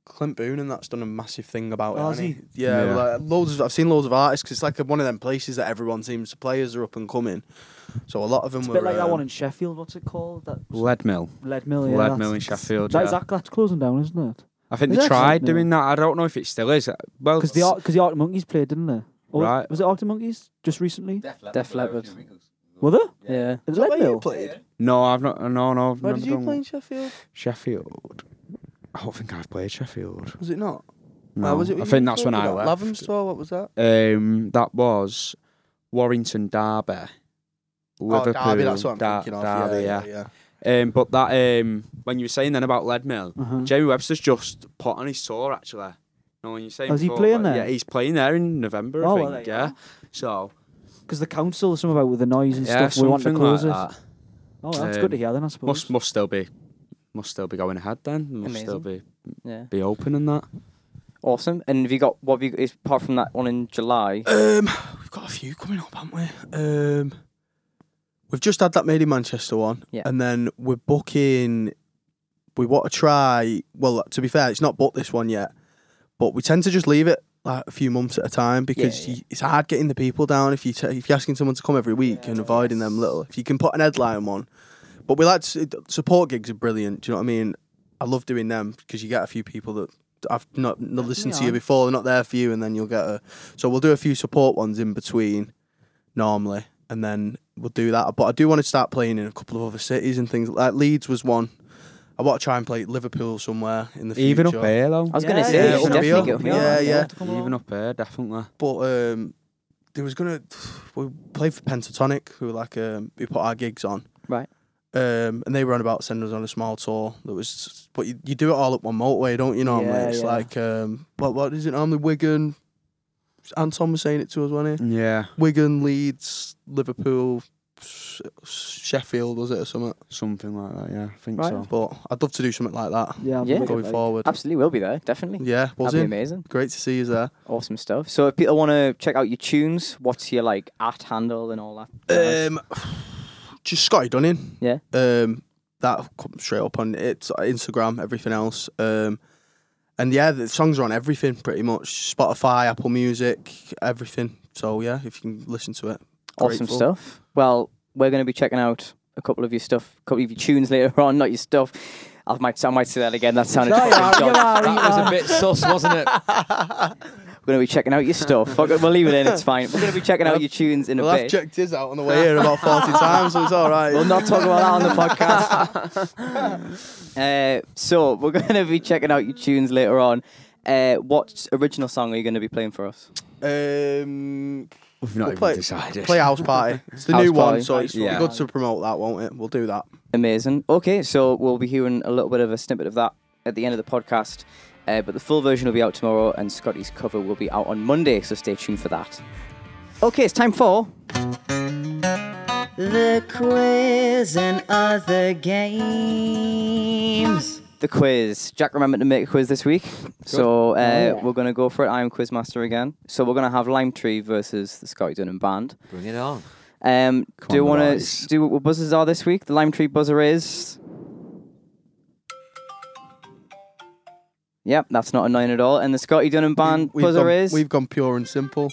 [SPEAKER 5] Clint Boone and that's done a massive thing about it.
[SPEAKER 3] Oh,
[SPEAKER 5] hasn't
[SPEAKER 3] has
[SPEAKER 5] he? Yeah,
[SPEAKER 4] Yeah.
[SPEAKER 5] like, loads of. I've seen loads of artists 'cause it's like one of them places that everyone seems to play as they're up and coming. So a lot of them
[SPEAKER 3] It's a
[SPEAKER 5] were
[SPEAKER 3] bit like that
[SPEAKER 5] um,
[SPEAKER 3] one in Sheffield. What's it called? That
[SPEAKER 4] Lead Mill.
[SPEAKER 3] Lead Mill. Oh, Yeah,
[SPEAKER 4] Lead
[SPEAKER 3] that's-
[SPEAKER 4] Mill in Sheffield.
[SPEAKER 3] That,
[SPEAKER 4] Yeah.
[SPEAKER 3] is that, that's closing down, isn't it?
[SPEAKER 4] I think
[SPEAKER 3] Is
[SPEAKER 4] they
[SPEAKER 3] it
[SPEAKER 4] tried
[SPEAKER 3] actually?
[SPEAKER 4] doing that. I don't know if it still is. Well,
[SPEAKER 3] Because the Ar- cause the Arctic Monkeys played, didn't they? Or
[SPEAKER 4] Right.
[SPEAKER 3] Was it Arctic Monkeys just recently?
[SPEAKER 2] Def Leppard.
[SPEAKER 1] Def Leppard.
[SPEAKER 3] Were there?
[SPEAKER 1] Yeah.
[SPEAKER 3] At
[SPEAKER 5] Is that
[SPEAKER 3] Lead
[SPEAKER 5] where you
[SPEAKER 3] Mill.
[SPEAKER 5] played?
[SPEAKER 4] no, I've not. No, no, I've
[SPEAKER 5] Where
[SPEAKER 4] never
[SPEAKER 5] did you
[SPEAKER 4] done
[SPEAKER 5] play in Sheffield?
[SPEAKER 4] Sheffield. I don't think I've played Sheffield.
[SPEAKER 5] Was it not?
[SPEAKER 4] No,
[SPEAKER 5] Where was it
[SPEAKER 4] I
[SPEAKER 5] you
[SPEAKER 4] think that's when
[SPEAKER 5] played?
[SPEAKER 4] I
[SPEAKER 5] Was that
[SPEAKER 4] left.
[SPEAKER 5] Laven's tour. What was that?
[SPEAKER 4] Um, that was Warrington Derby. Liverpool,
[SPEAKER 5] oh, Derby. That's what I'm
[SPEAKER 4] Dar-
[SPEAKER 5] thinking of.
[SPEAKER 4] Derby,
[SPEAKER 5] yeah,
[SPEAKER 4] yeah.
[SPEAKER 5] yeah.
[SPEAKER 4] Um, but that um, when you were saying then about Leadmill,
[SPEAKER 3] Uh-huh.
[SPEAKER 4] Jamie Webster's just put on his tour actually. No, when you say
[SPEAKER 3] Oh, is he playing there?
[SPEAKER 4] Yeah, he's playing there in November.
[SPEAKER 3] Oh,
[SPEAKER 4] I
[SPEAKER 3] well,
[SPEAKER 4] think.
[SPEAKER 3] there you
[SPEAKER 4] yeah. So
[SPEAKER 3] Because the council is something about with the noise and
[SPEAKER 4] yeah,
[SPEAKER 3] stuff. We want to
[SPEAKER 4] something
[SPEAKER 3] close
[SPEAKER 4] like
[SPEAKER 3] it.
[SPEAKER 4] that.
[SPEAKER 3] Oh, that's
[SPEAKER 4] Um,
[SPEAKER 3] good to hear then, I suppose.
[SPEAKER 4] Must must still be, must still be going ahead then. Must still be
[SPEAKER 1] Yeah.
[SPEAKER 4] be open and that.
[SPEAKER 1] Awesome. And have you got what have you is apart from that one in July?
[SPEAKER 5] Um, we've got a few coming up, haven't we? Um, we've just had that Made in Manchester one,
[SPEAKER 1] Yeah.
[SPEAKER 5] and then we're booking. We want to try. Well, to be fair, it's not booked this one yet, but we tend to just leave it like a few months at a time because
[SPEAKER 1] yeah.
[SPEAKER 5] You, it's hard getting the people down if you t- if you're asking someone to come every week and avoiding them little. If you can put an headline on, but we like to, support gigs are brilliant. Do you know what I mean? I love doing them because you get a few people that I've not, not listened to you
[SPEAKER 3] are.
[SPEAKER 5] before. They're not there for you, and then you'll get a. So we'll do a few support ones in between, normally, and then we'll do that. But I do want to start playing in a couple of other cities and things like Leeds was one. I want to try and play Liverpool somewhere in the
[SPEAKER 4] Even up
[SPEAKER 5] future.
[SPEAKER 4] here though.
[SPEAKER 1] I was gonna
[SPEAKER 3] Yeah,
[SPEAKER 1] say
[SPEAKER 5] yeah,
[SPEAKER 1] you should
[SPEAKER 5] it'll be
[SPEAKER 1] definitely
[SPEAKER 5] up.
[SPEAKER 1] get me
[SPEAKER 5] Yeah,
[SPEAKER 1] on.
[SPEAKER 5] yeah.
[SPEAKER 4] Even up here, definitely.
[SPEAKER 5] But um, there was gonna we played for Pentatonic, who were like um, who put our gigs on,
[SPEAKER 1] Right.
[SPEAKER 5] Um, and they were on about sending us on a small tour that was, but you, you do it all up one motorway, don't you? Normally,
[SPEAKER 3] Yeah,
[SPEAKER 5] it's
[SPEAKER 3] yeah.
[SPEAKER 5] like um, what what is it normally? Wigan. Anton was saying it to us, wasn't he?
[SPEAKER 4] Yeah,
[SPEAKER 5] Wigan, Leeds, Liverpool, S- Sheffield, was it or something?
[SPEAKER 4] something like that. Yeah, I think
[SPEAKER 1] Right.
[SPEAKER 4] so.
[SPEAKER 5] But I'd love to do something like that
[SPEAKER 3] yeah,
[SPEAKER 1] Yeah.
[SPEAKER 5] going forward.
[SPEAKER 1] Absolutely will be there, definitely.
[SPEAKER 5] Yeah,
[SPEAKER 1] That'd
[SPEAKER 5] was
[SPEAKER 1] be
[SPEAKER 5] it?
[SPEAKER 1] amazing.
[SPEAKER 5] Great to see you there.
[SPEAKER 1] Awesome stuff. So if people want to check out your tunes, what's your like at handle and all that? jazz?
[SPEAKER 5] Um, just Scotty Dunning.
[SPEAKER 1] Yeah.
[SPEAKER 5] Um, that comes straight up on it's Instagram, everything else. Um, and yeah, the songs are on everything pretty much. Spotify, Apple Music, everything. So yeah, if you can listen to it.
[SPEAKER 1] awesome
[SPEAKER 5] grateful.
[SPEAKER 1] stuff. Well, we're going to be checking out a couple of your stuff, a couple of your tunes later on, not your stuff. I might, I might say that again. That sounded.
[SPEAKER 3] No,
[SPEAKER 1] fucking
[SPEAKER 3] you are, you
[SPEAKER 1] dodgy.
[SPEAKER 3] are, you
[SPEAKER 2] That was a
[SPEAKER 3] are.
[SPEAKER 2] bit sus, wasn't it?
[SPEAKER 1] We're going to be checking out your stuff. Fuck it, we'll leave it in. It's fine. We're going to be checking out your tunes in a
[SPEAKER 5] Well, I've
[SPEAKER 1] bit.
[SPEAKER 5] checked his out on the way here about 40 times, so it's all right.
[SPEAKER 1] We'll not talk about that on the podcast. uh, so we're going to be checking out your tunes later on. Uh, what original song are you going to be playing for us?
[SPEAKER 5] Um,
[SPEAKER 4] We've not
[SPEAKER 5] We'll
[SPEAKER 4] even
[SPEAKER 5] play-
[SPEAKER 4] decided.
[SPEAKER 5] play House Party. It's the
[SPEAKER 1] House
[SPEAKER 5] new
[SPEAKER 1] Party.
[SPEAKER 5] one, so it's
[SPEAKER 4] Yeah.
[SPEAKER 5] good to promote that, won't it? We'll do that.
[SPEAKER 1] Amazing. Okay, so we'll be hearing a little bit of a snippet of that at the end of the podcast. Uh, but the full version will be out tomorrow, and Scotty's cover will be out on Monday, so stay tuned for that. Okay, it's time for.
[SPEAKER 6] The quiz and other games.
[SPEAKER 1] the quiz. Jack remembered to make a quiz this week, so uh,
[SPEAKER 6] yeah.
[SPEAKER 1] we're gonna go for it. I'm Quizmaster again. So we're gonna have Lime Tree versus the Scotty Dunham Band.
[SPEAKER 2] Bring it on.
[SPEAKER 1] Um, do
[SPEAKER 2] on,
[SPEAKER 1] you want
[SPEAKER 2] guys.
[SPEAKER 1] to do what buzzers are this week? The Lime Tree buzzer is. Yep, that's not annoying at all. And the Scotty Dunham Band
[SPEAKER 5] We've
[SPEAKER 1] buzzer
[SPEAKER 5] gone,
[SPEAKER 1] is.
[SPEAKER 5] We've gone pure and simple.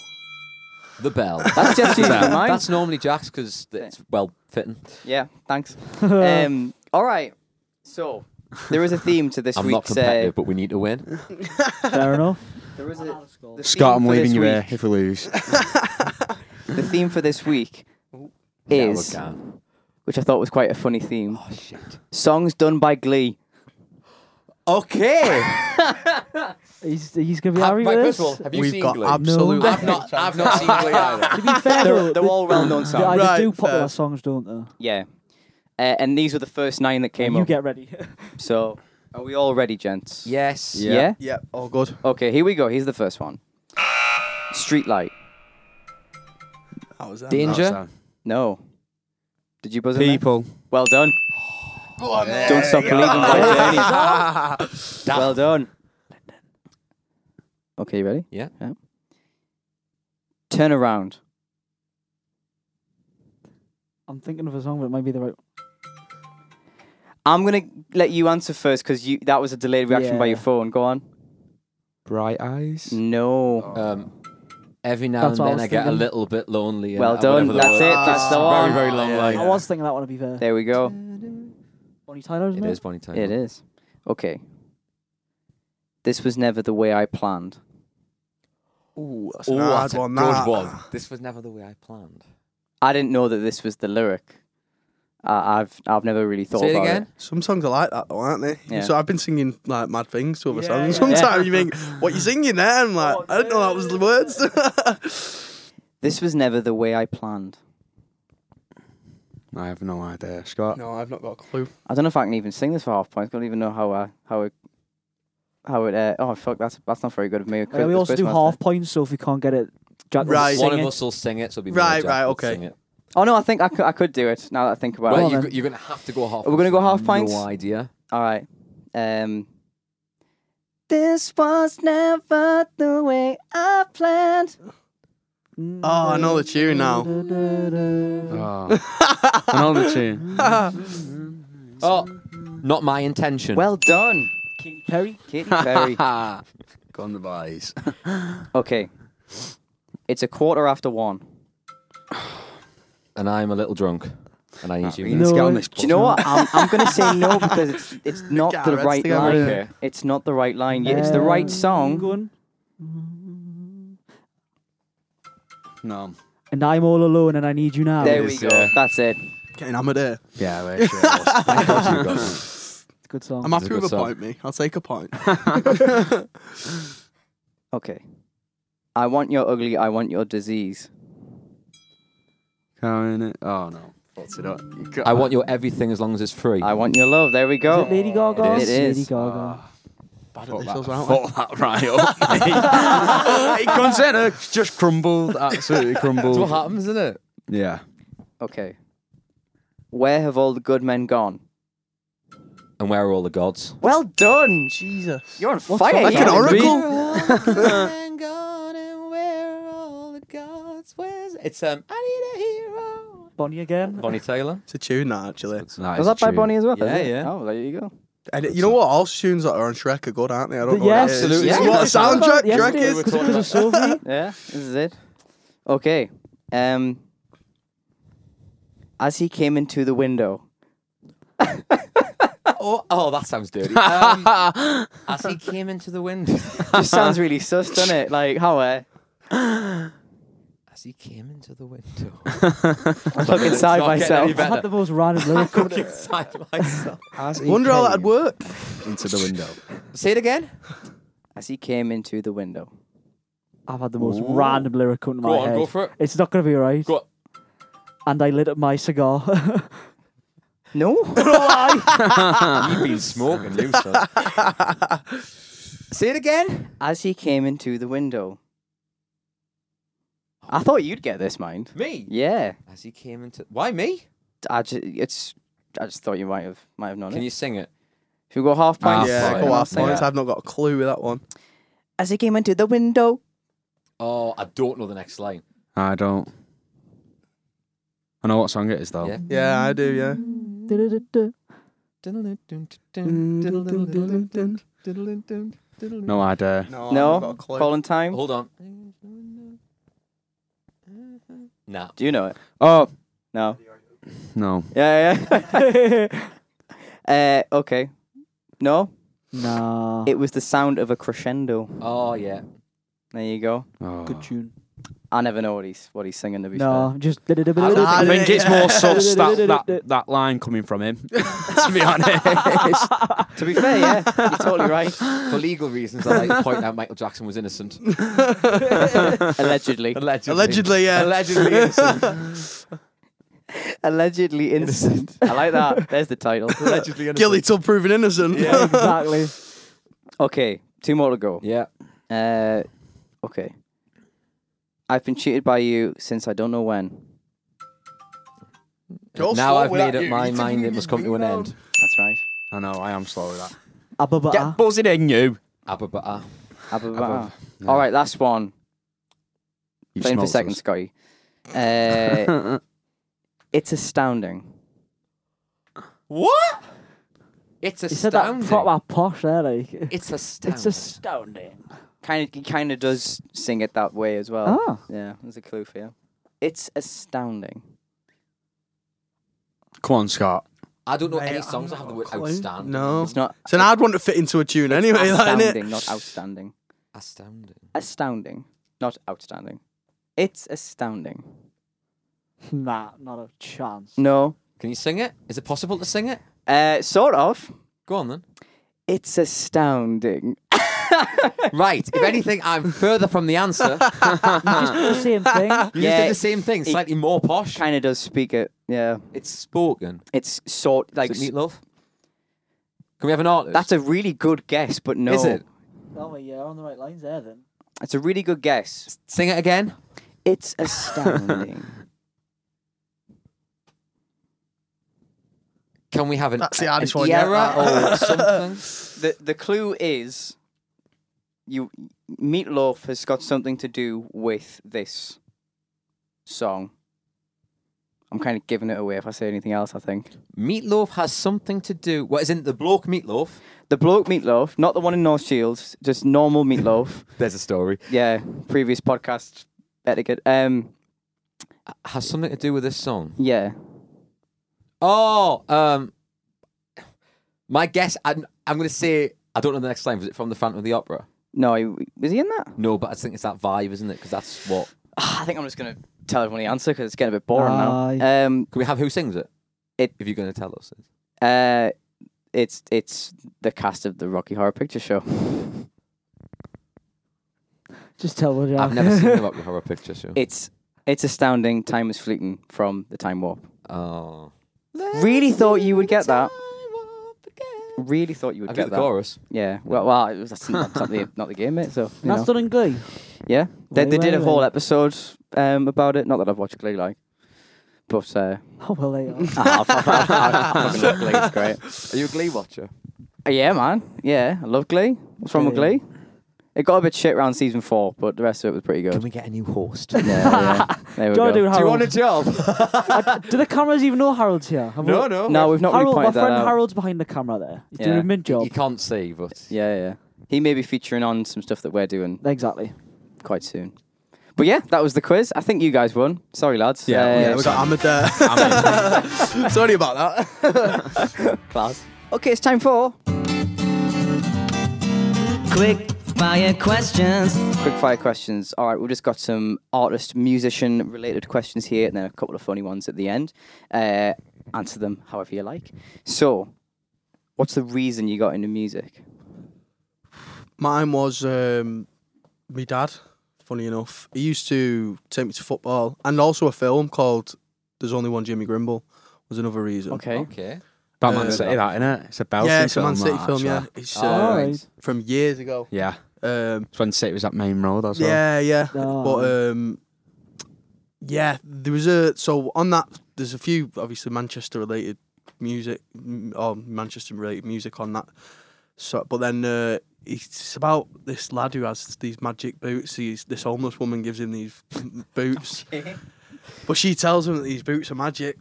[SPEAKER 2] The bell.
[SPEAKER 1] That's just usually mine.
[SPEAKER 2] That's normally Jack's because it's well fitting.
[SPEAKER 1] Yeah, thanks. um, all right. So there is a theme to this
[SPEAKER 2] I'm not
[SPEAKER 1] week's. uh,
[SPEAKER 2] competitive, but we need to win.
[SPEAKER 3] Fair enough.
[SPEAKER 1] There is a, the
[SPEAKER 4] Scott,
[SPEAKER 1] theme
[SPEAKER 4] I'm
[SPEAKER 1] for
[SPEAKER 4] leaving
[SPEAKER 1] this
[SPEAKER 4] you here
[SPEAKER 1] week-
[SPEAKER 4] if we lose.
[SPEAKER 1] The theme for this week
[SPEAKER 2] Yeah, we're
[SPEAKER 1] is,
[SPEAKER 2] gone.
[SPEAKER 1] which I thought was quite a funny theme,
[SPEAKER 2] Oh shit.
[SPEAKER 1] songs done by Glee.
[SPEAKER 2] Okay.
[SPEAKER 3] He's, he's going to be
[SPEAKER 2] Have-
[SPEAKER 3] alright
[SPEAKER 2] right,
[SPEAKER 3] with
[SPEAKER 2] first of all,
[SPEAKER 3] this.
[SPEAKER 2] have you
[SPEAKER 5] We've
[SPEAKER 2] seen
[SPEAKER 5] got
[SPEAKER 2] Glee?
[SPEAKER 5] absolutely.
[SPEAKER 2] I've not. I've not seen Glee either.
[SPEAKER 3] to be fair, though,
[SPEAKER 1] They're, they're
[SPEAKER 3] they-
[SPEAKER 1] all well-known
[SPEAKER 3] they either
[SPEAKER 1] songs.
[SPEAKER 5] Right,
[SPEAKER 3] do popular
[SPEAKER 5] fair.
[SPEAKER 3] songs, don't they?
[SPEAKER 1] Yeah. Uh, and these were the first nine that came
[SPEAKER 3] you
[SPEAKER 1] up.
[SPEAKER 3] get ready.
[SPEAKER 1] So, are we all ready, gents?
[SPEAKER 2] Yes.
[SPEAKER 1] Yeah.
[SPEAKER 5] Yeah, all Oh, good.
[SPEAKER 1] Okay, here we go. Here's the first one. Streetlight.
[SPEAKER 5] How was that?
[SPEAKER 2] Danger.
[SPEAKER 1] No. Did you buzz in there?
[SPEAKER 4] People.
[SPEAKER 1] Well done. Don't stop believing by Journey. well done. Okay, you ready?
[SPEAKER 2] Yeah.
[SPEAKER 1] Turn around.
[SPEAKER 3] I'm thinking of a song, but it might be the right.
[SPEAKER 1] I'm gonna let you answer first because you that was a delayed reaction by your
[SPEAKER 3] Yeah.
[SPEAKER 1] phone. Go on.
[SPEAKER 4] Bright eyes.
[SPEAKER 1] No.
[SPEAKER 2] Um, every now
[SPEAKER 3] That's
[SPEAKER 2] and
[SPEAKER 3] what I
[SPEAKER 2] then
[SPEAKER 3] was
[SPEAKER 2] I get
[SPEAKER 3] thinking.
[SPEAKER 2] a little bit lonely. and
[SPEAKER 1] Well
[SPEAKER 2] whatever
[SPEAKER 1] done.
[SPEAKER 2] the
[SPEAKER 1] That's
[SPEAKER 2] word-
[SPEAKER 1] it. That's the
[SPEAKER 2] Very,
[SPEAKER 1] one.
[SPEAKER 2] very long
[SPEAKER 5] Yeah,
[SPEAKER 2] line.
[SPEAKER 5] yeah.
[SPEAKER 3] I was thinking that one would be fair.
[SPEAKER 1] There we go.
[SPEAKER 3] Bonnie Tyler, isn't
[SPEAKER 2] It
[SPEAKER 3] it?
[SPEAKER 2] is Bonnie Tyler.
[SPEAKER 1] It is. Okay. This was never the way I planned.
[SPEAKER 5] Ooh, that's
[SPEAKER 2] Oh,
[SPEAKER 5] an hard
[SPEAKER 2] that's a
[SPEAKER 5] one.
[SPEAKER 2] good
[SPEAKER 5] that.
[SPEAKER 2] one. This was never the way I planned.
[SPEAKER 1] I didn't know that this was the lyric. I I've I've never really thought
[SPEAKER 2] Say it
[SPEAKER 1] about
[SPEAKER 2] again.
[SPEAKER 5] Some songs are like that though, aren't they?
[SPEAKER 1] Yeah.
[SPEAKER 5] So I've been singing like mad things to other
[SPEAKER 3] Yeah,
[SPEAKER 5] songs.
[SPEAKER 3] yeah, yeah.
[SPEAKER 5] Sometimes you think, what you singing there? I'm like,
[SPEAKER 3] Oh,
[SPEAKER 5] I didn't know that was the words.
[SPEAKER 1] This was never the way I planned.
[SPEAKER 4] I have no idea, Scott.
[SPEAKER 5] no, I've not got a clue.
[SPEAKER 1] I don't know if I can even sing this for half points. I don't even know how I how it how it. Uh, oh fuck, that's that's not very good of me.
[SPEAKER 3] Yeah, we also do half points, so if we can't get it, Jack will
[SPEAKER 5] Right.
[SPEAKER 3] sing
[SPEAKER 2] One
[SPEAKER 3] it.
[SPEAKER 2] of us will sing it, so it'll be
[SPEAKER 5] Right,
[SPEAKER 2] Mary Jack
[SPEAKER 5] right,
[SPEAKER 2] will
[SPEAKER 5] okay.
[SPEAKER 2] Sing it.
[SPEAKER 1] Oh no, I think I could I could do it now that I think about
[SPEAKER 2] Well,
[SPEAKER 1] it.
[SPEAKER 2] you, you're going to have to go half.
[SPEAKER 1] Are we gonna go half pints?
[SPEAKER 2] No idea.
[SPEAKER 1] All right. Um. This was never the way I planned.
[SPEAKER 5] Oh, I know the tune now.
[SPEAKER 4] Oh. Another tune.
[SPEAKER 2] Oh, not my intention.
[SPEAKER 1] Well done,
[SPEAKER 3] Katy Perry.
[SPEAKER 1] Katy Perry.
[SPEAKER 4] Gone the boys.
[SPEAKER 1] okay. It's a quarter after one.
[SPEAKER 2] and I'm a little drunk, and I need you.
[SPEAKER 4] Let's get on this.
[SPEAKER 1] Do you Ah, know what? I'm, I'm going to say no because it's, it's not
[SPEAKER 5] Get
[SPEAKER 1] the
[SPEAKER 5] our heads
[SPEAKER 1] right
[SPEAKER 5] together,
[SPEAKER 1] line.
[SPEAKER 5] innit?
[SPEAKER 1] It's not the right line. Yeah, it's the right
[SPEAKER 3] Um,
[SPEAKER 1] song.
[SPEAKER 3] Going,
[SPEAKER 4] No.
[SPEAKER 3] and I'm all alone and I need you now.
[SPEAKER 1] There
[SPEAKER 4] it
[SPEAKER 1] we
[SPEAKER 4] is,
[SPEAKER 1] go.
[SPEAKER 4] yeah.
[SPEAKER 1] That's it.
[SPEAKER 5] Getting hammered here.
[SPEAKER 4] Yeah, we're sure. it was.
[SPEAKER 3] It's a good song.
[SPEAKER 5] I'm
[SPEAKER 2] a
[SPEAKER 5] happy
[SPEAKER 2] good
[SPEAKER 5] with a
[SPEAKER 2] song.
[SPEAKER 5] point, me. I'll take a point.
[SPEAKER 1] Okay. I want your ugly. I want your disease.
[SPEAKER 4] Carrying it. Oh no. What's it up? You got-
[SPEAKER 2] I want your everything as long as it's free.
[SPEAKER 1] I want your love. There we go.
[SPEAKER 3] Is it Lady Gaga?
[SPEAKER 1] It is.
[SPEAKER 3] Lady
[SPEAKER 1] is.
[SPEAKER 3] Gaga.
[SPEAKER 5] Bad at
[SPEAKER 4] Ah. Fuck
[SPEAKER 5] this,
[SPEAKER 4] that,
[SPEAKER 5] as well,
[SPEAKER 4] fuck that right up. it comes in, uh, just crumbled, absolutely crumbled.
[SPEAKER 2] That's what happens, isn't it?
[SPEAKER 4] Yeah.
[SPEAKER 1] Okay. Where have all the good men gone?
[SPEAKER 2] And where are all the gods?
[SPEAKER 1] Well done.
[SPEAKER 5] Jesus.
[SPEAKER 1] You're on fire.
[SPEAKER 5] Like
[SPEAKER 1] here.
[SPEAKER 5] an oracle.
[SPEAKER 2] It's um, I need a hero.
[SPEAKER 3] Bonnie again.
[SPEAKER 2] Bonnie Taylor.
[SPEAKER 5] It's a tune that actually.
[SPEAKER 1] Was that by Bonnie as well?
[SPEAKER 2] Yeah,
[SPEAKER 1] Is it?
[SPEAKER 2] yeah.
[SPEAKER 1] Oh, there you go.
[SPEAKER 5] And it- you know what? All tunes that are on Shrek are good, aren't they? I don't know.
[SPEAKER 3] Yeah,
[SPEAKER 5] what it is.
[SPEAKER 2] absolutely.
[SPEAKER 5] It's
[SPEAKER 2] Yeah,
[SPEAKER 5] what
[SPEAKER 2] that's
[SPEAKER 5] a
[SPEAKER 3] what I
[SPEAKER 5] soundtrack
[SPEAKER 3] thought
[SPEAKER 5] Shrek
[SPEAKER 3] yesterday.
[SPEAKER 5] is.
[SPEAKER 3] Because it was so funny.
[SPEAKER 1] Yeah, this is it. Okay. Um, as he came into the window,
[SPEAKER 2] Oh, oh, that sounds dirty. Um, as he came into the window.
[SPEAKER 1] just sounds really sus, doesn't it? Like how uh,
[SPEAKER 2] As he came into the window.
[SPEAKER 1] I'm stuck inside
[SPEAKER 2] not getting
[SPEAKER 1] myself.
[SPEAKER 2] any
[SPEAKER 3] I had the most random lyric.
[SPEAKER 2] Look inside myself.
[SPEAKER 5] Wonder how that'd work.
[SPEAKER 4] Into the window.
[SPEAKER 2] Say it again.
[SPEAKER 1] As he came into the window,
[SPEAKER 3] I've had the most random lyric come to my
[SPEAKER 2] Go on,
[SPEAKER 3] head.
[SPEAKER 2] go for it.
[SPEAKER 3] It's not going to be right.
[SPEAKER 2] Go on.
[SPEAKER 3] And I lit up my cigar.
[SPEAKER 1] no,
[SPEAKER 2] Ah, You've been smoking, you son. Say it again.
[SPEAKER 1] as he came into the window. I thought you'd get this, mind.
[SPEAKER 2] Me.
[SPEAKER 1] Yeah,
[SPEAKER 2] As he came into. Why me?
[SPEAKER 1] I just, it's, I just thought you might have, might have known
[SPEAKER 2] Can
[SPEAKER 1] it. Ah,
[SPEAKER 2] you sing it?
[SPEAKER 1] Should we go half points?
[SPEAKER 2] Yeah,
[SPEAKER 5] Yeah,
[SPEAKER 2] point.
[SPEAKER 5] go half
[SPEAKER 2] Yeah.
[SPEAKER 5] points. I've not got a clue with that one.
[SPEAKER 1] As he came into the window,
[SPEAKER 2] Oh, I don't know the next line.
[SPEAKER 4] I don't. I know what song it is though.
[SPEAKER 2] Yeah.
[SPEAKER 5] Yeah, I do. Yeah.
[SPEAKER 4] No idea.
[SPEAKER 5] No,
[SPEAKER 1] no, Colin time.
[SPEAKER 2] Hold on. Nah.
[SPEAKER 1] Do you know it?
[SPEAKER 4] Oh
[SPEAKER 1] No.
[SPEAKER 4] no.
[SPEAKER 1] Yeah, yeah. uh, okay. No,
[SPEAKER 3] nah.
[SPEAKER 1] it was the sound of a crescendo.
[SPEAKER 2] Oh yeah.
[SPEAKER 1] There you go.
[SPEAKER 4] Uh,
[SPEAKER 3] Good tune.
[SPEAKER 1] I never know what he's what he's singing to be
[SPEAKER 3] No, just.
[SPEAKER 4] I, I
[SPEAKER 5] bit.
[SPEAKER 4] think it's more sus that, that that line coming from him. to be honest,
[SPEAKER 1] fair. To be fair, yeah, you're totally right.
[SPEAKER 2] For legal reasons, I like to point out Michael Jackson was innocent.
[SPEAKER 1] Allegedly,
[SPEAKER 2] Allegedly.
[SPEAKER 5] Allegedly, yeah.
[SPEAKER 2] Allegedly innocent.
[SPEAKER 1] allegedly innocent. I like that. There's the title.
[SPEAKER 2] Allegedly innocent.
[SPEAKER 5] Guilty till proven innocent.
[SPEAKER 2] Yeah.
[SPEAKER 3] exactly.
[SPEAKER 1] okay, two more to go.
[SPEAKER 2] Yeah.
[SPEAKER 1] Uh, okay. I've been cheated by you since I don't know when.
[SPEAKER 2] now
[SPEAKER 5] Go slow
[SPEAKER 2] I've
[SPEAKER 5] with that,
[SPEAKER 2] made up
[SPEAKER 5] you-
[SPEAKER 2] my
[SPEAKER 5] you think
[SPEAKER 2] mind.
[SPEAKER 5] you
[SPEAKER 2] It must
[SPEAKER 5] can
[SPEAKER 2] come to an
[SPEAKER 5] rebound?
[SPEAKER 2] end.
[SPEAKER 1] That's right.
[SPEAKER 4] I know I am slow with that.
[SPEAKER 3] Abba
[SPEAKER 5] Ah.
[SPEAKER 4] Get buzzing in you.
[SPEAKER 2] Abba Bata.
[SPEAKER 1] Abba Baba. Ah. All right, last one.
[SPEAKER 4] You
[SPEAKER 1] Playing for
[SPEAKER 4] smoked
[SPEAKER 1] second,
[SPEAKER 4] us.
[SPEAKER 1] Scotty. Uh, it's astounding.
[SPEAKER 2] What? It's
[SPEAKER 3] He said that
[SPEAKER 2] astounding.
[SPEAKER 3] proper posh there, like.
[SPEAKER 2] It's astounding.
[SPEAKER 3] It's astounding.
[SPEAKER 1] Kind of, he kind of does sing it that way as well.
[SPEAKER 3] Oh.
[SPEAKER 1] Yeah, there's a clue for you. It's astounding.
[SPEAKER 4] Come on, Scott.
[SPEAKER 2] I don't know
[SPEAKER 5] Mate,
[SPEAKER 2] any
[SPEAKER 5] I've
[SPEAKER 2] songs that
[SPEAKER 5] not
[SPEAKER 2] have the
[SPEAKER 5] got a
[SPEAKER 2] word
[SPEAKER 5] clue.
[SPEAKER 2] outstanding.
[SPEAKER 5] No.
[SPEAKER 1] It's not
[SPEAKER 5] It's an hard one to fit into a tune anyway, like, innit?
[SPEAKER 1] astounding, not outstanding.
[SPEAKER 2] Astounding.
[SPEAKER 1] Astounding, not outstanding. It's astounding.
[SPEAKER 3] Nah, not a chance.
[SPEAKER 1] No,
[SPEAKER 2] Can you sing it? Is it possible to sing it?
[SPEAKER 1] uh, sort of.
[SPEAKER 2] Go on then.
[SPEAKER 1] It's astounding.
[SPEAKER 2] right. If anything, I'm further from the answer.
[SPEAKER 3] The same thing.
[SPEAKER 2] You
[SPEAKER 1] Yeah.
[SPEAKER 2] just did the same thing, slightly more posh.
[SPEAKER 1] Kind of does speak it. Yeah,
[SPEAKER 2] It's spoken.
[SPEAKER 1] it's sort like
[SPEAKER 2] Is it meatloaf? Can we have an artist?
[SPEAKER 1] that's a really good guess, but no,
[SPEAKER 2] Is it?
[SPEAKER 3] Oh, well, yeah, on the right lines there then.
[SPEAKER 1] It's a really good guess.
[SPEAKER 2] Sing it again.
[SPEAKER 1] It's astounding.
[SPEAKER 2] Can we have an,
[SPEAKER 5] That's the
[SPEAKER 2] a-
[SPEAKER 5] hardest
[SPEAKER 2] an
[SPEAKER 5] one yet,
[SPEAKER 2] era or something?
[SPEAKER 1] the the clue is you meatloaf has got something to do with this song. I'm kind of giving it away if I say anything else. I think
[SPEAKER 2] Meatloaf has something to do. What is in the bloke Meatloaf?
[SPEAKER 1] the bloke meatloaf, not the one in North Shields, just normal meatloaf.
[SPEAKER 2] There's a story.
[SPEAKER 1] yeah, previous podcast etiquette. Um,
[SPEAKER 2] Has something to do with this song.
[SPEAKER 1] yeah,
[SPEAKER 2] Oh, um, my guess. I'm, I'm going to say I don't know the next line. Was it from the Phantom of the Opera?
[SPEAKER 1] no, he- was he in that?
[SPEAKER 2] No, but I think it's that vibe, isn't it? Because that's what.
[SPEAKER 1] I think I'm just gonna tell everyone the answer because it's getting a bit boring
[SPEAKER 3] Aye.
[SPEAKER 1] now. Um,
[SPEAKER 2] Can we have who sings it?
[SPEAKER 1] It-
[SPEAKER 2] If you're going to tell us, it.
[SPEAKER 1] Uh, it's it's the cast of the Rocky Horror Picture Show.
[SPEAKER 3] Just tell what you
[SPEAKER 2] I've never seen the Rocky Horror Picture Show.
[SPEAKER 1] It's it's astounding. Time is fleeting from the time warp.
[SPEAKER 2] oh,
[SPEAKER 1] Really thought you would get that. Really thought you would
[SPEAKER 2] I
[SPEAKER 1] get
[SPEAKER 2] get the
[SPEAKER 1] that.
[SPEAKER 2] chorus.
[SPEAKER 1] Yeah. Well, well, it was- that's not, that's not the not the game, mate. So you
[SPEAKER 3] That's
[SPEAKER 1] know.
[SPEAKER 3] done in Glee.
[SPEAKER 1] yeah, they,
[SPEAKER 3] Way,
[SPEAKER 1] they did a
[SPEAKER 3] way,
[SPEAKER 1] whole
[SPEAKER 3] way.
[SPEAKER 1] episode um about it. Not that I've watched Glee, like, but uh,
[SPEAKER 3] Oh, well, they are.
[SPEAKER 1] I have, I have, I have, I fucking love Glee. It's great.
[SPEAKER 2] Are you a Glee watcher?
[SPEAKER 1] Uh, yeah, man. Yeah, I love Glee. What's wrong with
[SPEAKER 3] Brilliant.
[SPEAKER 1] Glee? It got a bit shit around season four, but the rest of it was pretty
[SPEAKER 2] Can
[SPEAKER 1] good.
[SPEAKER 2] we get a new host?
[SPEAKER 1] Yeah, yeah. There we
[SPEAKER 3] Do, I
[SPEAKER 1] go.
[SPEAKER 3] do, Harold?
[SPEAKER 2] job?
[SPEAKER 3] I- do the cameras even know Harold's here? Have we-
[SPEAKER 2] no.
[SPEAKER 1] No, we've not
[SPEAKER 3] Harold,
[SPEAKER 1] really
[SPEAKER 3] my
[SPEAKER 1] pointed that
[SPEAKER 3] friend
[SPEAKER 1] out.
[SPEAKER 3] Harold's behind the camera there. He's doing
[SPEAKER 1] Yeah.
[SPEAKER 3] a mint job.
[SPEAKER 2] You can't see, but
[SPEAKER 1] Yeah, yeah. He may be featuring on some stuff that we're doing
[SPEAKER 3] Exactly.
[SPEAKER 1] quite soon. But yeah, that was the quiz. I think you guys won. Sorry, lads. Uh,
[SPEAKER 4] Yeah,
[SPEAKER 5] Yeah, we got hammered there. Sorry about that.
[SPEAKER 1] class. Okay, it's time for
[SPEAKER 6] Quick fire questions.
[SPEAKER 1] quick fire questions. All right, we've just got some artist, musician related questions here, and then a couple of funny ones at the end. Uh, answer them however you like. So, what's the reason you got into music?
[SPEAKER 5] Mine was um, my dad. Funny enough, he used to take me to football, and also a film called "There's Only One Jimmy Grimble" was another reason.
[SPEAKER 1] Okay.
[SPEAKER 2] okay.
[SPEAKER 4] That
[SPEAKER 5] Uh,
[SPEAKER 4] Man City, that innit? It's a Belgian
[SPEAKER 5] Yeah, it's a Man
[SPEAKER 4] film,
[SPEAKER 5] City
[SPEAKER 4] that,
[SPEAKER 5] film. Yeah,
[SPEAKER 4] actually.
[SPEAKER 5] it's
[SPEAKER 2] Oh,
[SPEAKER 5] uh,
[SPEAKER 2] right.
[SPEAKER 3] Alright.
[SPEAKER 5] from years ago.
[SPEAKER 4] yeah.
[SPEAKER 5] Um,
[SPEAKER 4] It's when City was at Main Road as well.
[SPEAKER 5] yeah, yeah.
[SPEAKER 3] Oh.
[SPEAKER 5] But um, yeah, there was a so on that. There's a few obviously Manchester related music m- or Manchester related music on that. So, but then uh, it's about this lad who has these magic boots. He's, this homeless woman gives him these boots, but she tells him that these boots are magic.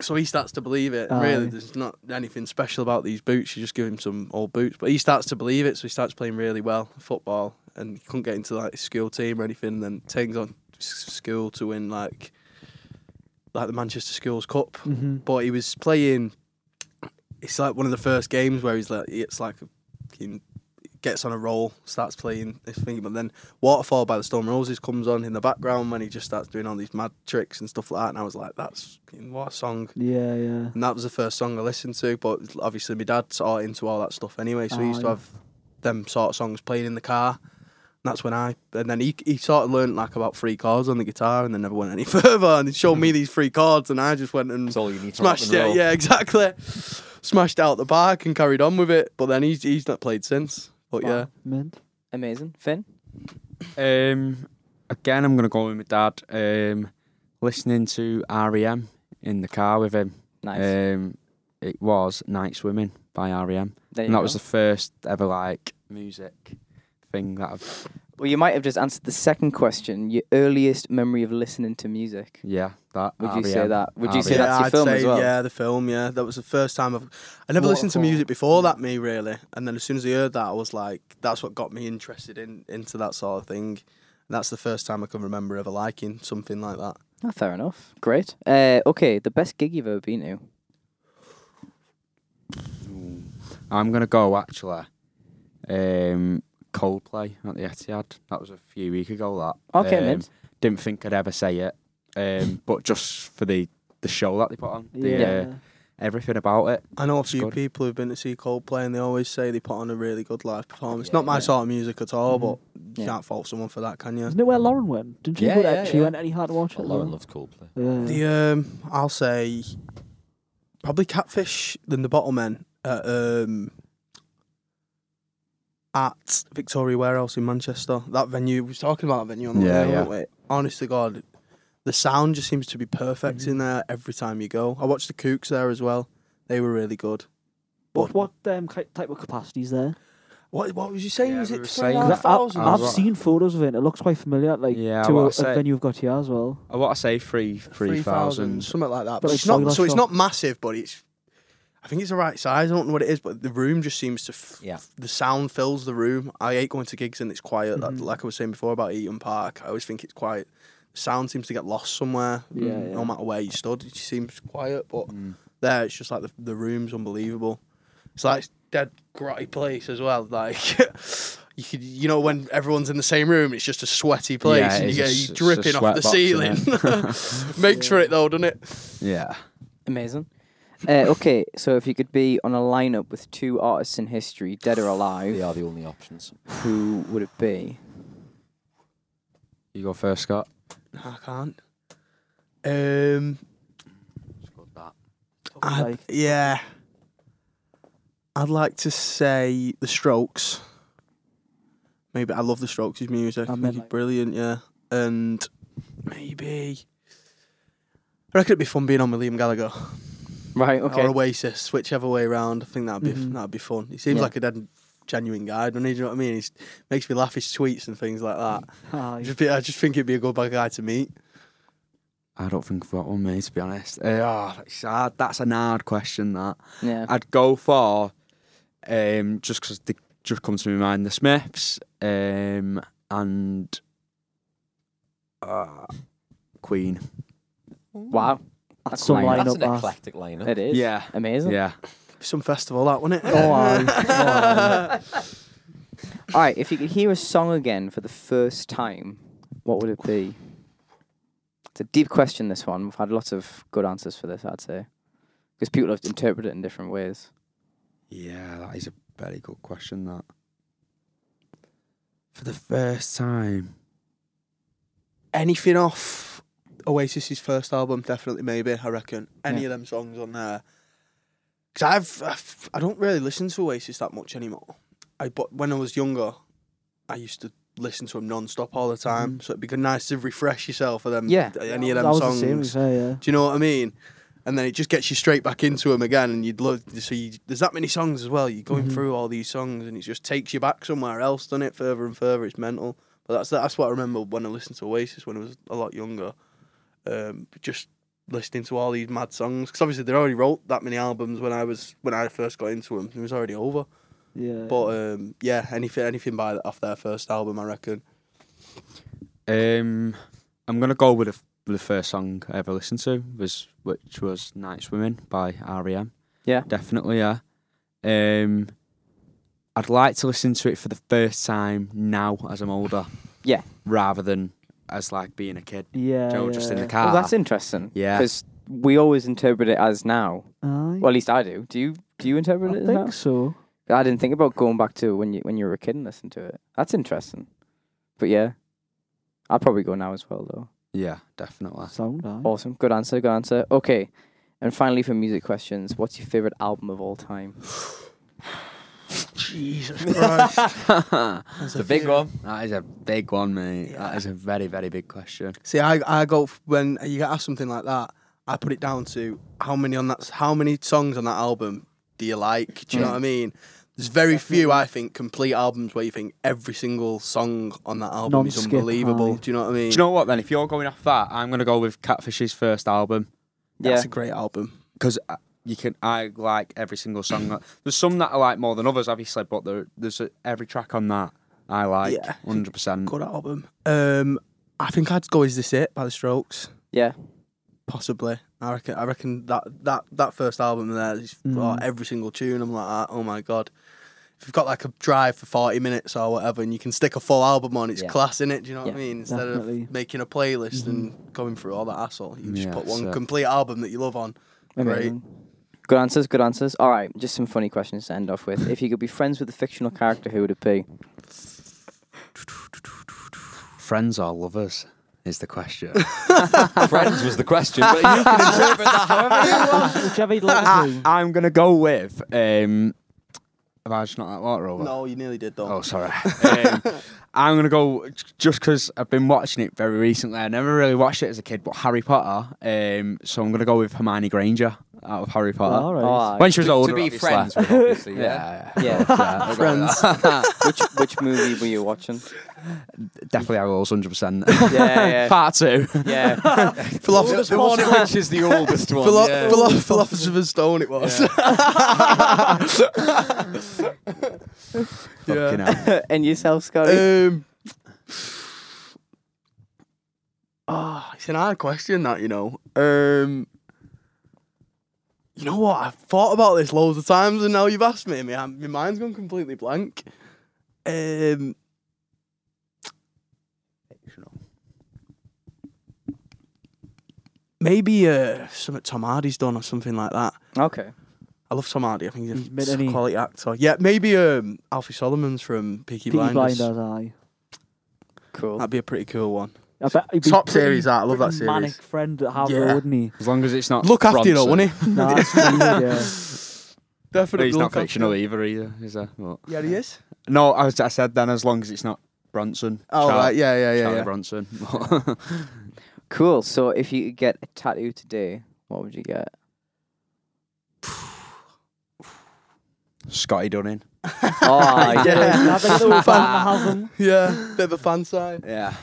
[SPEAKER 5] So he starts to believe it. And really,
[SPEAKER 3] Aye.
[SPEAKER 5] there's not anything special about these boots. You just give him some old boots, but he starts to believe it. So he starts playing really well football, and he couldn't get into like his school team or anything. And then takes on s- school to win like like the Manchester Schools Cup. But he was playing. It's like one of the first games where he's like, it's like a fucking gets on a roll, starts playing this thing, but then Waterfall by the Storm Roses comes on in the background when he just starts doing all these mad tricks and stuff like that. And I was like, that's what a song.
[SPEAKER 3] Yeah, yeah.
[SPEAKER 5] And that was the first song I listened to. But obviously, my dad's sort of into all that stuff anyway, so
[SPEAKER 3] Ah,
[SPEAKER 5] he used to
[SPEAKER 3] yeah.
[SPEAKER 5] have them sort of songs playing in the car. And that's when I and then he he sort of learned like about three chords on the guitar, and then never went any further. And he showed me these three chords, and I just went and
[SPEAKER 2] That's all you need to rock
[SPEAKER 5] smashed
[SPEAKER 2] and roll.
[SPEAKER 5] it. Yeah, exactly. smashed out the back and carried on with it. But then he's he's not played since. But yeah,
[SPEAKER 3] Mint.
[SPEAKER 1] Amazing. Finn?
[SPEAKER 4] Um, again, I'm gonna go with my dad. Um, listening to REM in the car with him.
[SPEAKER 1] Nice.
[SPEAKER 4] Um, it was Night Swimming by REM,
[SPEAKER 1] There you
[SPEAKER 4] and that
[SPEAKER 1] go.
[SPEAKER 4] was the first ever like music thing that I've.
[SPEAKER 1] well, you might have just answered the second question. Your earliest memory of listening to music.
[SPEAKER 4] Yeah, that. E
[SPEAKER 1] Would you say
[SPEAKER 4] R.E.M..
[SPEAKER 1] that? Would you say
[SPEAKER 4] Yeah,
[SPEAKER 1] that's your
[SPEAKER 5] I'd
[SPEAKER 1] film as
[SPEAKER 5] say,
[SPEAKER 1] well?
[SPEAKER 5] Yeah, the film. Yeah, that was the first time I've. I never listened to
[SPEAKER 1] Waterfall.
[SPEAKER 5] music before that, me really. And then as soon as I heard that, I was like, that's what got me interested in into that sort of thing. And that's the first time I can remember ever liking something like that.
[SPEAKER 1] Ah, fair enough. Great. Uh, okay, the best gig you've ever been to.
[SPEAKER 4] I'm gonna go actually. Um, Coldplay at the Etihad. That was a few weeks ago. That.
[SPEAKER 1] Okay,
[SPEAKER 4] um,
[SPEAKER 1] mint.
[SPEAKER 4] Didn't think I'd ever say it, um, but just for the the show that they put on, the,
[SPEAKER 1] Yeah.
[SPEAKER 4] uh, everything about it.
[SPEAKER 5] I know a
[SPEAKER 4] It's
[SPEAKER 5] few
[SPEAKER 4] good.
[SPEAKER 5] people who've been to see Coldplay, and they always say they put on a really good live performance. Not my
[SPEAKER 1] Yeah. Mm-hmm.
[SPEAKER 5] sort of music at all, but you
[SPEAKER 1] Yeah.
[SPEAKER 5] can't fault someone for that, can you?
[SPEAKER 3] Isn't it where Lauren went? Didn't she
[SPEAKER 2] Yeah,
[SPEAKER 3] go to
[SPEAKER 2] yeah,
[SPEAKER 3] yeah, she
[SPEAKER 2] yeah.
[SPEAKER 3] went and he had to watch it?
[SPEAKER 2] Oh,
[SPEAKER 3] as
[SPEAKER 2] Lauren
[SPEAKER 3] well?
[SPEAKER 2] loves Coldplay.
[SPEAKER 3] Yeah.
[SPEAKER 5] The um, I'll say probably catfish than the bottle men at um at Victoria Warehouse in Manchester. That venue we was talking about that venue on the
[SPEAKER 4] Yeah,
[SPEAKER 5] way,
[SPEAKER 4] yeah.
[SPEAKER 5] weren't we? Honest to God, the sound just seems to be perfect in there every time you go. I watched the Kooks there as well. They were really good.
[SPEAKER 3] What what um, ki- type of capacities there?
[SPEAKER 5] What what was you saying?
[SPEAKER 4] Yeah,
[SPEAKER 5] was
[SPEAKER 4] we
[SPEAKER 5] it
[SPEAKER 4] were
[SPEAKER 5] three and
[SPEAKER 4] saying
[SPEAKER 5] a
[SPEAKER 4] that.
[SPEAKER 5] half
[SPEAKER 3] I've,
[SPEAKER 5] thousand?
[SPEAKER 4] I
[SPEAKER 3] I've
[SPEAKER 4] was-
[SPEAKER 3] seen photos of it. and It looks quite familiar, like
[SPEAKER 4] Yeah,
[SPEAKER 3] to
[SPEAKER 4] what
[SPEAKER 3] a,
[SPEAKER 4] I
[SPEAKER 3] a
[SPEAKER 4] say-
[SPEAKER 3] venue we've got here as well.
[SPEAKER 4] I want to say three three thousand.
[SPEAKER 5] something like that.
[SPEAKER 3] But
[SPEAKER 5] But
[SPEAKER 3] like
[SPEAKER 5] it's not
[SPEAKER 3] solar
[SPEAKER 5] so it's
[SPEAKER 3] shop.
[SPEAKER 5] not massive, but it's I think it's the right size. I don't know what it is, but the room just seems to f-
[SPEAKER 2] Yeah.
[SPEAKER 5] the sound fills the room. I hate going to gigs and it's quiet. Like-
[SPEAKER 3] Mhm.
[SPEAKER 5] Like I was saying before about Eaton Park, I always think it's quiet. The sound seems to get lost somewhere.
[SPEAKER 3] Yeah,
[SPEAKER 5] mm,
[SPEAKER 3] yeah.
[SPEAKER 5] No matter where you stood, it just seems quiet. But there, it's just like the the room's unbelievable. It's like it's dead grotty place as well. Like. You could, you know, when everyone's in the same room, it's just a sweaty place,
[SPEAKER 4] Yeah,
[SPEAKER 5] and
[SPEAKER 4] it's
[SPEAKER 5] you
[SPEAKER 4] a
[SPEAKER 5] get
[SPEAKER 4] s-
[SPEAKER 5] you
[SPEAKER 4] it's a
[SPEAKER 5] dripping off the
[SPEAKER 4] sweatbox,
[SPEAKER 5] ceiling.
[SPEAKER 4] isn't
[SPEAKER 5] Makes for it though, doesn't it?
[SPEAKER 4] Yeah.
[SPEAKER 1] Amazing. Uh, okay, so if you could be on a lineup with two artists in history, dead or alive,
[SPEAKER 2] They are the only options.
[SPEAKER 1] who would it be?
[SPEAKER 4] You go first, Scott.
[SPEAKER 5] I can't. Um, I'd-
[SPEAKER 3] like-
[SPEAKER 5] yeah, I'd like to say the Strokes. Maybe I love the Strokes' music.
[SPEAKER 3] I
[SPEAKER 5] I
[SPEAKER 3] meant
[SPEAKER 5] think it's
[SPEAKER 3] like-
[SPEAKER 5] brilliant. Yeah, and maybe I reckon it'd be fun being on with Liam Gallagher
[SPEAKER 1] Right,
[SPEAKER 5] or
[SPEAKER 1] okay.
[SPEAKER 5] Oasis, whichever way around. I think that'd be
[SPEAKER 3] Mhm.
[SPEAKER 5] that'd be fun. He seems
[SPEAKER 1] Yeah.
[SPEAKER 5] like a dead genuine guy, don't he? Do you know what I mean? He makes me laugh. His tweets and things like that.
[SPEAKER 3] Ah,
[SPEAKER 5] I just, be, I just think it'd be a good bad guy to meet.
[SPEAKER 4] I don't think I've got one, mate. To be honest, uh, oh, it's hard. That's an hard question. That
[SPEAKER 1] Yeah.
[SPEAKER 4] I'd go for, um, just because they just come to my mind, the Smiths, um, and uh, Queen.
[SPEAKER 1] Wow.
[SPEAKER 3] That's some
[SPEAKER 1] quite-
[SPEAKER 2] That's
[SPEAKER 3] lineup.
[SPEAKER 2] an
[SPEAKER 3] that.
[SPEAKER 2] eclectic lineup.
[SPEAKER 1] It is.
[SPEAKER 4] Yeah.
[SPEAKER 1] Amazing.
[SPEAKER 4] Yeah,
[SPEAKER 5] Some festival, that wouldn't it?
[SPEAKER 3] Oh, aye. Oh, aye.
[SPEAKER 1] All right, if you could hear a song again for the first time, what would it be? It's a deep question, this one. We've had lots of good answers for this, I'd say. Because people have interpreted it in different ways.
[SPEAKER 4] yeah. That is a very good question. That for the first time.
[SPEAKER 5] anything off Oasis's first album, definitely, maybe I reckon any of them songs on there. Because I've, I've I don't really listen to Oasis that much anymore. I but when I was younger, I used to listen to them non-stop all the time. So it'd be good, nice to refresh yourself for them.
[SPEAKER 1] Yeah.
[SPEAKER 5] any of
[SPEAKER 3] Mm-hmm. that
[SPEAKER 5] them
[SPEAKER 3] was
[SPEAKER 5] songs.
[SPEAKER 3] the same. as her, yeah.
[SPEAKER 5] Do you know what I mean? And then it just gets you straight back into them again, and you'd look. So you, there's that many songs as well. You're going
[SPEAKER 3] Mhm.
[SPEAKER 5] through all these songs, and it just takes you back somewhere else, doesn't it? Further and further, it's mental. But that's that's what I remember when I listened to Oasis when I was a lot younger. Um, just listening to all these mad songs because obviously they already wrote that many albums when I was when I first got into them. It was already over.
[SPEAKER 3] Yeah.
[SPEAKER 5] But um, yeah, anything anything by off their first album, I reckon.
[SPEAKER 4] Um, I'm gonna go with the, with the first song I ever listened to was which was E "Night Swimming" by REM.
[SPEAKER 1] Yeah.
[SPEAKER 4] definitely. Yeah. Um, I'd like to listen to it for the first time now as I'm older.
[SPEAKER 1] Yeah.
[SPEAKER 4] Rather than as like being a kid.
[SPEAKER 3] Yeah.
[SPEAKER 4] Do you know, just in the
[SPEAKER 3] yeah.
[SPEAKER 4] car.
[SPEAKER 1] Well, Oh, that's interesting.
[SPEAKER 4] Ah. Yeah.
[SPEAKER 1] Because we always interpret it as now.
[SPEAKER 3] Aye.
[SPEAKER 1] Well, at least I do. Do you? Do you interpret it
[SPEAKER 3] I
[SPEAKER 1] as
[SPEAKER 3] think
[SPEAKER 1] now?
[SPEAKER 3] so.
[SPEAKER 1] I didn't think about going back to when you when you were a kid and listen to it. That's interesting. But yeah, I'd probably go now as well though.
[SPEAKER 4] Yeah, definitely.
[SPEAKER 3] Sound aye.
[SPEAKER 1] Awesome. Good answer. Good answer. Okay. And finally, for music questions, what's your favorite album of all time?
[SPEAKER 5] Jesus Christ.
[SPEAKER 2] It's a big one.
[SPEAKER 4] That is a big one, mate. That is a very, very big question.
[SPEAKER 5] See, I, I go f- when you get asked something like that, I put it down to how many on that, how many songs on that album do you like? Do you
[SPEAKER 4] Mm.
[SPEAKER 5] know what I mean? There's very few, I think, complete albums where you think every single song on that album is
[SPEAKER 3] Non-skip,
[SPEAKER 5] unbelievable.
[SPEAKER 3] aye.
[SPEAKER 5] Do you know what I mean?
[SPEAKER 4] Do you know what then? If you're going off that, I'm gonna go with Catfish's first album
[SPEAKER 5] That's
[SPEAKER 1] yeah.
[SPEAKER 5] a great album.
[SPEAKER 4] because you can. I like every single song. that- there's some that I like more than others, obviously, but there, there's a, every track on that I like
[SPEAKER 5] Yeah.
[SPEAKER 4] 100. percent
[SPEAKER 5] Good album. Um, I think I'd go "Is This It" by The Strokes,
[SPEAKER 1] yeah.
[SPEAKER 5] possibly. I reckon. I reckon that that that first album there, is, oh, every single tune. I'm like, oh my god. If you've got like a drive for 40 minutes or whatever, and you can stick a full album on, it's
[SPEAKER 2] Yeah.
[SPEAKER 5] class in it. Do you know what I
[SPEAKER 1] Yeah,
[SPEAKER 5] mean? Instead
[SPEAKER 3] definitely.
[SPEAKER 5] of making a playlist and going through all that asshole, you can just
[SPEAKER 4] Yeah,
[SPEAKER 5] put one
[SPEAKER 4] so-
[SPEAKER 5] complete album that you love on. Great.
[SPEAKER 1] Amazing. Good answers, good answers. All right, just some funny questions to end off with. If you could be friends with a fictional character, who would it be?
[SPEAKER 4] Friends or lovers is the question.
[SPEAKER 2] Friends was the question, but you can interpret that however you want.
[SPEAKER 3] Whichever you'd like to
[SPEAKER 4] I,
[SPEAKER 3] do.
[SPEAKER 4] I'm gonna go with. Um, have I just not that water over?
[SPEAKER 5] No, you nearly did, though.
[SPEAKER 4] Oh, sorry. um, I'm gonna go j- just because I've been watching it very recently. I never really watched it as a kid, but Harry Potter. Um, so I'm gonna go with Hermione Granger out of Harry Potter.
[SPEAKER 3] All right.
[SPEAKER 1] Oh,
[SPEAKER 4] When she was older,
[SPEAKER 2] to be
[SPEAKER 4] obviously.
[SPEAKER 2] friends, with, obviously. Yeah.
[SPEAKER 4] Yeah,
[SPEAKER 1] yeah.
[SPEAKER 4] yeah. friends.
[SPEAKER 1] which which movie were you watching?
[SPEAKER 4] Definitely Arrows, hundred percent.
[SPEAKER 1] Yeah, yeah.
[SPEAKER 4] Part two.
[SPEAKER 1] Yeah.
[SPEAKER 5] Philosopher,
[SPEAKER 2] The one which is the oldest one.
[SPEAKER 5] philo-
[SPEAKER 2] yeah.
[SPEAKER 5] philo- Philosopher's Stone, it was.
[SPEAKER 4] Fucking hell.
[SPEAKER 1] and yourself, Scotty?
[SPEAKER 5] Um, ah, it's an hard question, that you know. Um, you know what? I've thought about this loads of times, and now you've asked me. My, my mind's gone completely blank. Um, maybe uh, something Tom Hardy's done or something like that.
[SPEAKER 1] okay.
[SPEAKER 5] I love Tom Hardy. I think
[SPEAKER 3] He's
[SPEAKER 5] he's
[SPEAKER 3] made
[SPEAKER 5] a
[SPEAKER 3] any-
[SPEAKER 5] quality actor. Yeah, maybe um, Alfie Solomon's from Peaky,
[SPEAKER 3] Peaky
[SPEAKER 5] Blinders.
[SPEAKER 3] Blinders, aye.
[SPEAKER 1] Cool.
[SPEAKER 5] That'd be a pretty cool one.
[SPEAKER 3] I bet he'd be
[SPEAKER 5] Top
[SPEAKER 3] pretty-
[SPEAKER 5] series, that. I love that
[SPEAKER 3] pretty
[SPEAKER 5] series.
[SPEAKER 3] Manic friend at Harvard,
[SPEAKER 5] Yeah.
[SPEAKER 3] wouldn't he?
[SPEAKER 4] As long as it's not.
[SPEAKER 5] Look after you though,
[SPEAKER 4] Bronson.
[SPEAKER 5] wouldn't he?
[SPEAKER 3] No, that's weird, yeah.
[SPEAKER 5] Definitely.
[SPEAKER 4] He's not
[SPEAKER 5] look after
[SPEAKER 4] fictional
[SPEAKER 5] you.
[SPEAKER 4] either, either, is there? But-
[SPEAKER 5] Yeah, he is.
[SPEAKER 4] No, I, was, I said then as long as it's not Bronson.
[SPEAKER 5] Oh,
[SPEAKER 4] Charlie,
[SPEAKER 5] right. Yeah, yeah, yeah.
[SPEAKER 4] Charlie
[SPEAKER 5] yeah.
[SPEAKER 4] Bronson.
[SPEAKER 1] Cool. So if you could get a tattoo today, what would you get?
[SPEAKER 4] Scotty Dunning.
[SPEAKER 1] Oh, yeah.
[SPEAKER 3] I think they would have them.
[SPEAKER 5] Yeah, bit of a fan side.
[SPEAKER 4] Yeah.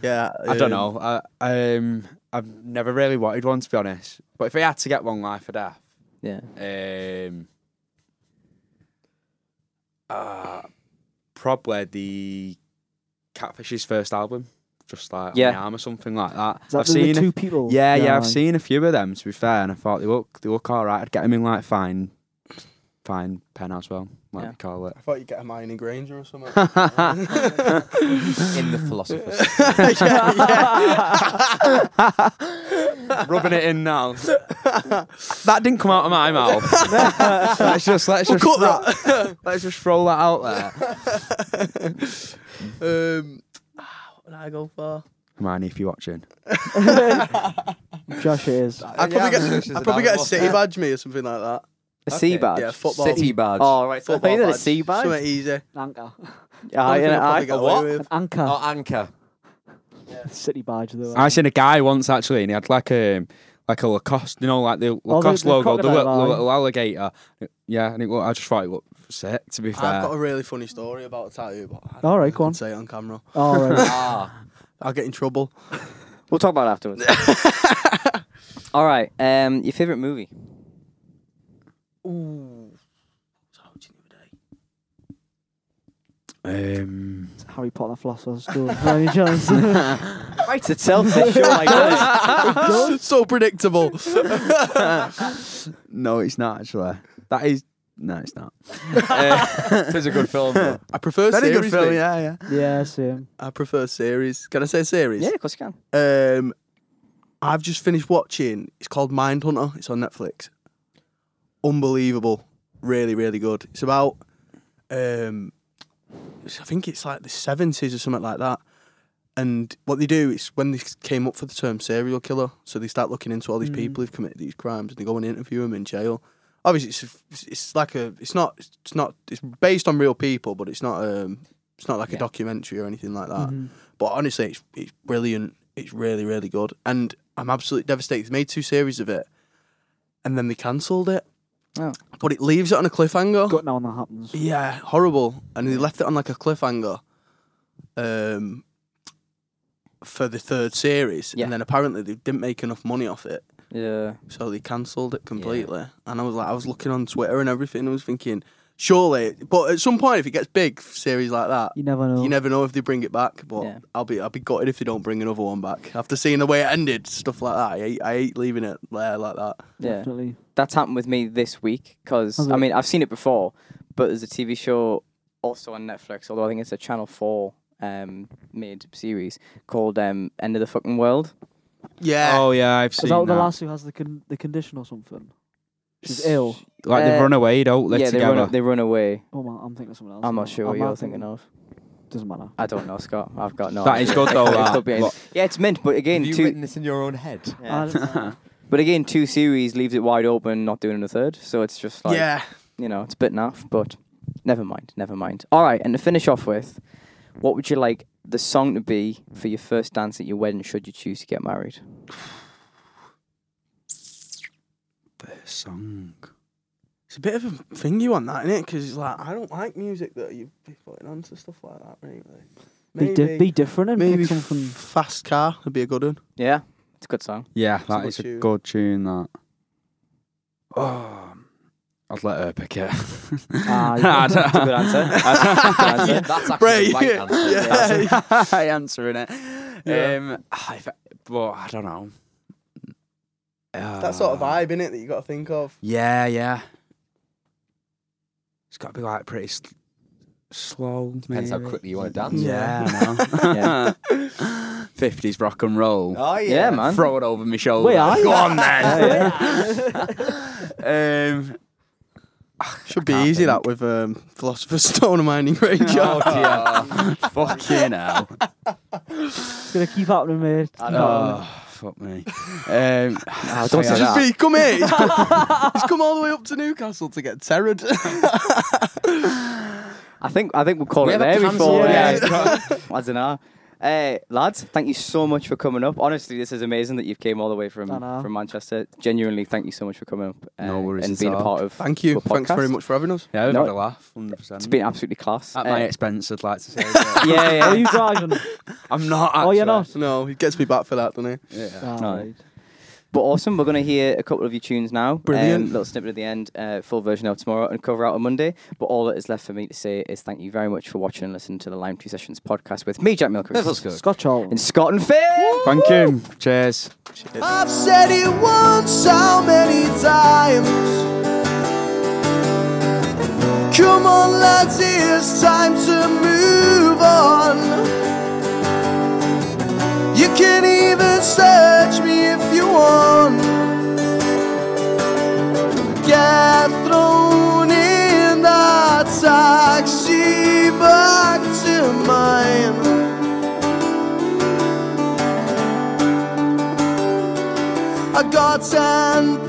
[SPEAKER 5] Yeah.
[SPEAKER 4] I don't
[SPEAKER 5] um,
[SPEAKER 4] know. I, um, I've never really wanted one to be honest. But if I had to get one life or death,
[SPEAKER 1] yeah.
[SPEAKER 4] um, uh, probably the Catfish's first album, just like on
[SPEAKER 1] Yeah.
[SPEAKER 4] the arm or something like that.
[SPEAKER 3] Is that
[SPEAKER 4] I've
[SPEAKER 3] the,
[SPEAKER 4] seen.
[SPEAKER 3] the
[SPEAKER 4] a-
[SPEAKER 3] two people?
[SPEAKER 4] yeah, yeah, I've
[SPEAKER 3] aye.
[SPEAKER 4] seen a few of them. To be fair, and I thought they look they look all right. I'd get them in like fine, fine pen as well. Like
[SPEAKER 1] Yeah.
[SPEAKER 4] they call it.
[SPEAKER 5] I thought you'd get Hermione Granger or something.
[SPEAKER 2] in the philosopher's.
[SPEAKER 4] Rubbing it in now. that didn't come out of my mouth. let's just let's just
[SPEAKER 5] cut
[SPEAKER 4] throw- let's just throw that out there.
[SPEAKER 5] um, ah, what did I go for?
[SPEAKER 4] Hermione, if you're watching,
[SPEAKER 3] Josh it is.
[SPEAKER 5] I'd probably
[SPEAKER 2] I'm
[SPEAKER 5] get,
[SPEAKER 2] suspicious
[SPEAKER 5] I'd
[SPEAKER 2] of
[SPEAKER 5] probably
[SPEAKER 2] that.
[SPEAKER 5] get a city badge me or something like that.
[SPEAKER 1] A sea Uh, badge.
[SPEAKER 5] Yeah, football.
[SPEAKER 2] City badge.
[SPEAKER 1] Oh, right. So I thought
[SPEAKER 5] Football
[SPEAKER 1] you said a
[SPEAKER 5] badge.
[SPEAKER 1] sea badge.
[SPEAKER 5] Something easy.
[SPEAKER 3] Anchor.
[SPEAKER 1] Aye,
[SPEAKER 5] Something
[SPEAKER 1] and
[SPEAKER 5] I'd probably
[SPEAKER 1] aye.
[SPEAKER 5] get away
[SPEAKER 2] what?
[SPEAKER 5] with.
[SPEAKER 3] Anchor.
[SPEAKER 2] Oh, anchor.
[SPEAKER 3] City badge though.
[SPEAKER 4] I seen a guy once actually, and he had like a like a Lacoste, you know, like the Lacoste
[SPEAKER 3] the
[SPEAKER 4] logo, the,
[SPEAKER 3] crocodile
[SPEAKER 4] li-
[SPEAKER 3] eye.
[SPEAKER 4] little alligator. Yeah, and it, looked- I just thought it looked sick. To be fair,
[SPEAKER 5] I've got a really funny story about a tattoo, but I
[SPEAKER 3] All right, go
[SPEAKER 5] can
[SPEAKER 3] on.
[SPEAKER 5] say it on camera.
[SPEAKER 3] All right.
[SPEAKER 2] Ah,
[SPEAKER 5] I'll get in trouble.
[SPEAKER 1] We'll talk about it afterwards. All right. Um, your favorite movie?
[SPEAKER 4] um,
[SPEAKER 3] Harry Potter and the Philosopher's Stone. Not any chance. Done.
[SPEAKER 1] Writes itself. This show, Oh my goodness.
[SPEAKER 5] so predictable.
[SPEAKER 4] no, it's not actually. That is No, it's not.
[SPEAKER 2] it is a good film. though.
[SPEAKER 5] I prefer
[SPEAKER 4] Very
[SPEAKER 5] series.
[SPEAKER 4] good film.
[SPEAKER 5] mate.
[SPEAKER 4] Yeah, yeah.
[SPEAKER 3] Yeah, same.
[SPEAKER 5] I prefer series. Can I say series?
[SPEAKER 1] Yeah, of course you can.
[SPEAKER 5] Um, I've just finished watching. It's called Mindhunter. It's on Netflix. Unbelievable. Really, really good. It's about. Um, it's- I think it's like the seventies or something like that. And what they do is when they came up for the term serial killer, so they start looking into all these people who've committed these crimes, and they go and interview them in jail. Obviously, it's it's- it's like a it's not it's not it's based on real people, but it's not um it's not like a documentary or anything like that. But honestly, it's it's brilliant. It's really really good, and I'm absolutely devastated. They made two series of it, and then they cancelled it.
[SPEAKER 1] Oh.
[SPEAKER 5] But it leaves it on a cliffhanger.
[SPEAKER 3] Got now when that happens.
[SPEAKER 5] Yeah, horrible. And they left it on like a cliffhanger um, for the third series.
[SPEAKER 1] Yeah.
[SPEAKER 5] And then apparently they didn't make enough money off it.
[SPEAKER 1] Yeah.
[SPEAKER 5] So they cancelled it completely. And I was like, I was looking on Twitter and everything. I was thinking, surely. But at some point, if it gets big, series like that.
[SPEAKER 3] You never know.
[SPEAKER 5] You never know if they bring it back, but
[SPEAKER 1] Yeah.
[SPEAKER 5] I'll be I'll be gutted if they don't bring another one back. After seeing the way it ended, stuff like that, I hate, I hate leaving it there like that.
[SPEAKER 1] Yeah.
[SPEAKER 3] Definitely.
[SPEAKER 1] That's happened with me this week because
[SPEAKER 3] Has
[SPEAKER 1] I
[SPEAKER 3] it?
[SPEAKER 1] mean I've seen it before, but there's a TV show also on Netflix, although I think it's a Channel Four um made series called um End of the Fucking World.
[SPEAKER 5] Yeah,
[SPEAKER 4] Oh yeah, I've
[SPEAKER 3] Is
[SPEAKER 4] seen
[SPEAKER 3] that
[SPEAKER 4] that.
[SPEAKER 3] the last who has the con- the condition or something? She's ill.
[SPEAKER 4] like
[SPEAKER 1] uh,
[SPEAKER 4] they've run away, don't they?
[SPEAKER 1] yeah, they
[SPEAKER 4] together.
[SPEAKER 1] run they run away.
[SPEAKER 3] Oh man, I'm thinking of someone else.
[SPEAKER 1] I'm not
[SPEAKER 3] now.
[SPEAKER 1] sure
[SPEAKER 3] I
[SPEAKER 1] what
[SPEAKER 3] might
[SPEAKER 1] you're
[SPEAKER 3] be
[SPEAKER 1] thinking of.
[SPEAKER 3] Doesn't matter.
[SPEAKER 1] I don't know, Scott. I've got no.
[SPEAKER 4] That is good though.
[SPEAKER 1] It
[SPEAKER 4] that.
[SPEAKER 1] could be anything.
[SPEAKER 4] But-
[SPEAKER 1] yeah, it's mint, but again,
[SPEAKER 2] Have you
[SPEAKER 1] two.
[SPEAKER 2] written this in your own head?
[SPEAKER 3] I don't know.
[SPEAKER 1] But again, two series leaves it wide open, not doing a third. So it's just like,
[SPEAKER 5] yeah.
[SPEAKER 1] you know, it's bitten off, but never mind, never mind. All right, and to finish off with, what would you like the song to be for your first dance at your wedding should you choose to get married?
[SPEAKER 4] song.
[SPEAKER 5] It's a bit of a thingy one, that innit? Because it's like I don't like music that you be putting on to stuff like that. Really,
[SPEAKER 3] Be, di- be different and
[SPEAKER 5] maybe
[SPEAKER 3] pick something.
[SPEAKER 5] f- fast car would be a good one.
[SPEAKER 1] Yeah, it's a good song.
[SPEAKER 4] Yeah, that
[SPEAKER 5] good
[SPEAKER 4] is a
[SPEAKER 5] tune.
[SPEAKER 4] good tune. That. Oh, I'd let her pick it.
[SPEAKER 3] Ah,
[SPEAKER 4] I don't-
[SPEAKER 1] That's a good answer. That's a good answer.
[SPEAKER 2] That's actually
[SPEAKER 5] Bray,
[SPEAKER 2] the right
[SPEAKER 5] yeah,
[SPEAKER 2] answer.
[SPEAKER 5] yeah.
[SPEAKER 2] That's it.
[SPEAKER 4] I answering it. Um, I, but I don't know.
[SPEAKER 5] that sort of
[SPEAKER 4] Uh,
[SPEAKER 5] vibe in it that you got to think of.
[SPEAKER 4] Yeah, yeah. It's got to be like pretty sl- slow.
[SPEAKER 2] Depends how
[SPEAKER 4] maybe.
[SPEAKER 2] quickly you want to dance.
[SPEAKER 4] Yeah. Fifties rock and roll.
[SPEAKER 2] Oh yeah,
[SPEAKER 1] Yeah, man.
[SPEAKER 4] Throw it over my shoulder.
[SPEAKER 3] Wait, are
[SPEAKER 4] Go
[SPEAKER 3] you?
[SPEAKER 4] on then. um,
[SPEAKER 5] Should be easy that with um, Philosopher's Stone and Mining
[SPEAKER 3] Oh,
[SPEAKER 5] Ranger.
[SPEAKER 4] fucking hell.
[SPEAKER 3] It's gonna keep happening, mate. Keep happening.
[SPEAKER 4] Oh, fuck me. Um,
[SPEAKER 1] don't say
[SPEAKER 5] Just
[SPEAKER 1] that.
[SPEAKER 5] be, come here. He's come, he's come all the way up to Newcastle to get terrored.
[SPEAKER 1] I think I think we'll call
[SPEAKER 2] We
[SPEAKER 1] it
[SPEAKER 2] have a
[SPEAKER 1] there
[SPEAKER 2] cancel
[SPEAKER 1] before.
[SPEAKER 2] it.
[SPEAKER 1] Yeah, I don't know. Uh, lads, thank you so much for coming up. Honestly, this is amazing that you've came all the way from,
[SPEAKER 3] I know.
[SPEAKER 1] from Manchester. Genuinely, thank you so much for coming up uh,
[SPEAKER 4] No worries
[SPEAKER 1] and
[SPEAKER 4] at
[SPEAKER 1] being a
[SPEAKER 4] all.
[SPEAKER 1] part of.
[SPEAKER 5] Thank you.
[SPEAKER 1] the
[SPEAKER 5] Thanks
[SPEAKER 1] podcast.
[SPEAKER 5] very much for having us.
[SPEAKER 4] yeah, we've
[SPEAKER 1] No,
[SPEAKER 4] had a laugh. 100%.
[SPEAKER 1] It's been absolutely class.
[SPEAKER 4] At
[SPEAKER 1] Uh,
[SPEAKER 4] my expense, I'd like to say.
[SPEAKER 1] yeah, yeah.
[SPEAKER 3] Are Oh, you driving?
[SPEAKER 4] I'm not.
[SPEAKER 3] oh, you're not.
[SPEAKER 5] No, he gets me back for that, doesn't he?
[SPEAKER 4] Yeah.
[SPEAKER 3] Ah,
[SPEAKER 1] No.
[SPEAKER 3] right.
[SPEAKER 1] But awesome. We're going to hear a couple of your tunes now.
[SPEAKER 5] Brilliant.
[SPEAKER 1] Um, little snippet at the end, uh, full version out tomorrow and cover out on Monday. But all that is left for me to say is thank you very much for watching and listening to the Lime Tree Sessions podcast with me, Jack Milker.
[SPEAKER 3] Scott Charlton.
[SPEAKER 1] In Scott and Phil.
[SPEAKER 4] Thank you. Cheers.
[SPEAKER 7] I've said it once, how many times? Come on, lads, it's time to move on. You can even search me if you want. Get thrown in the taxi back to mine. I got ten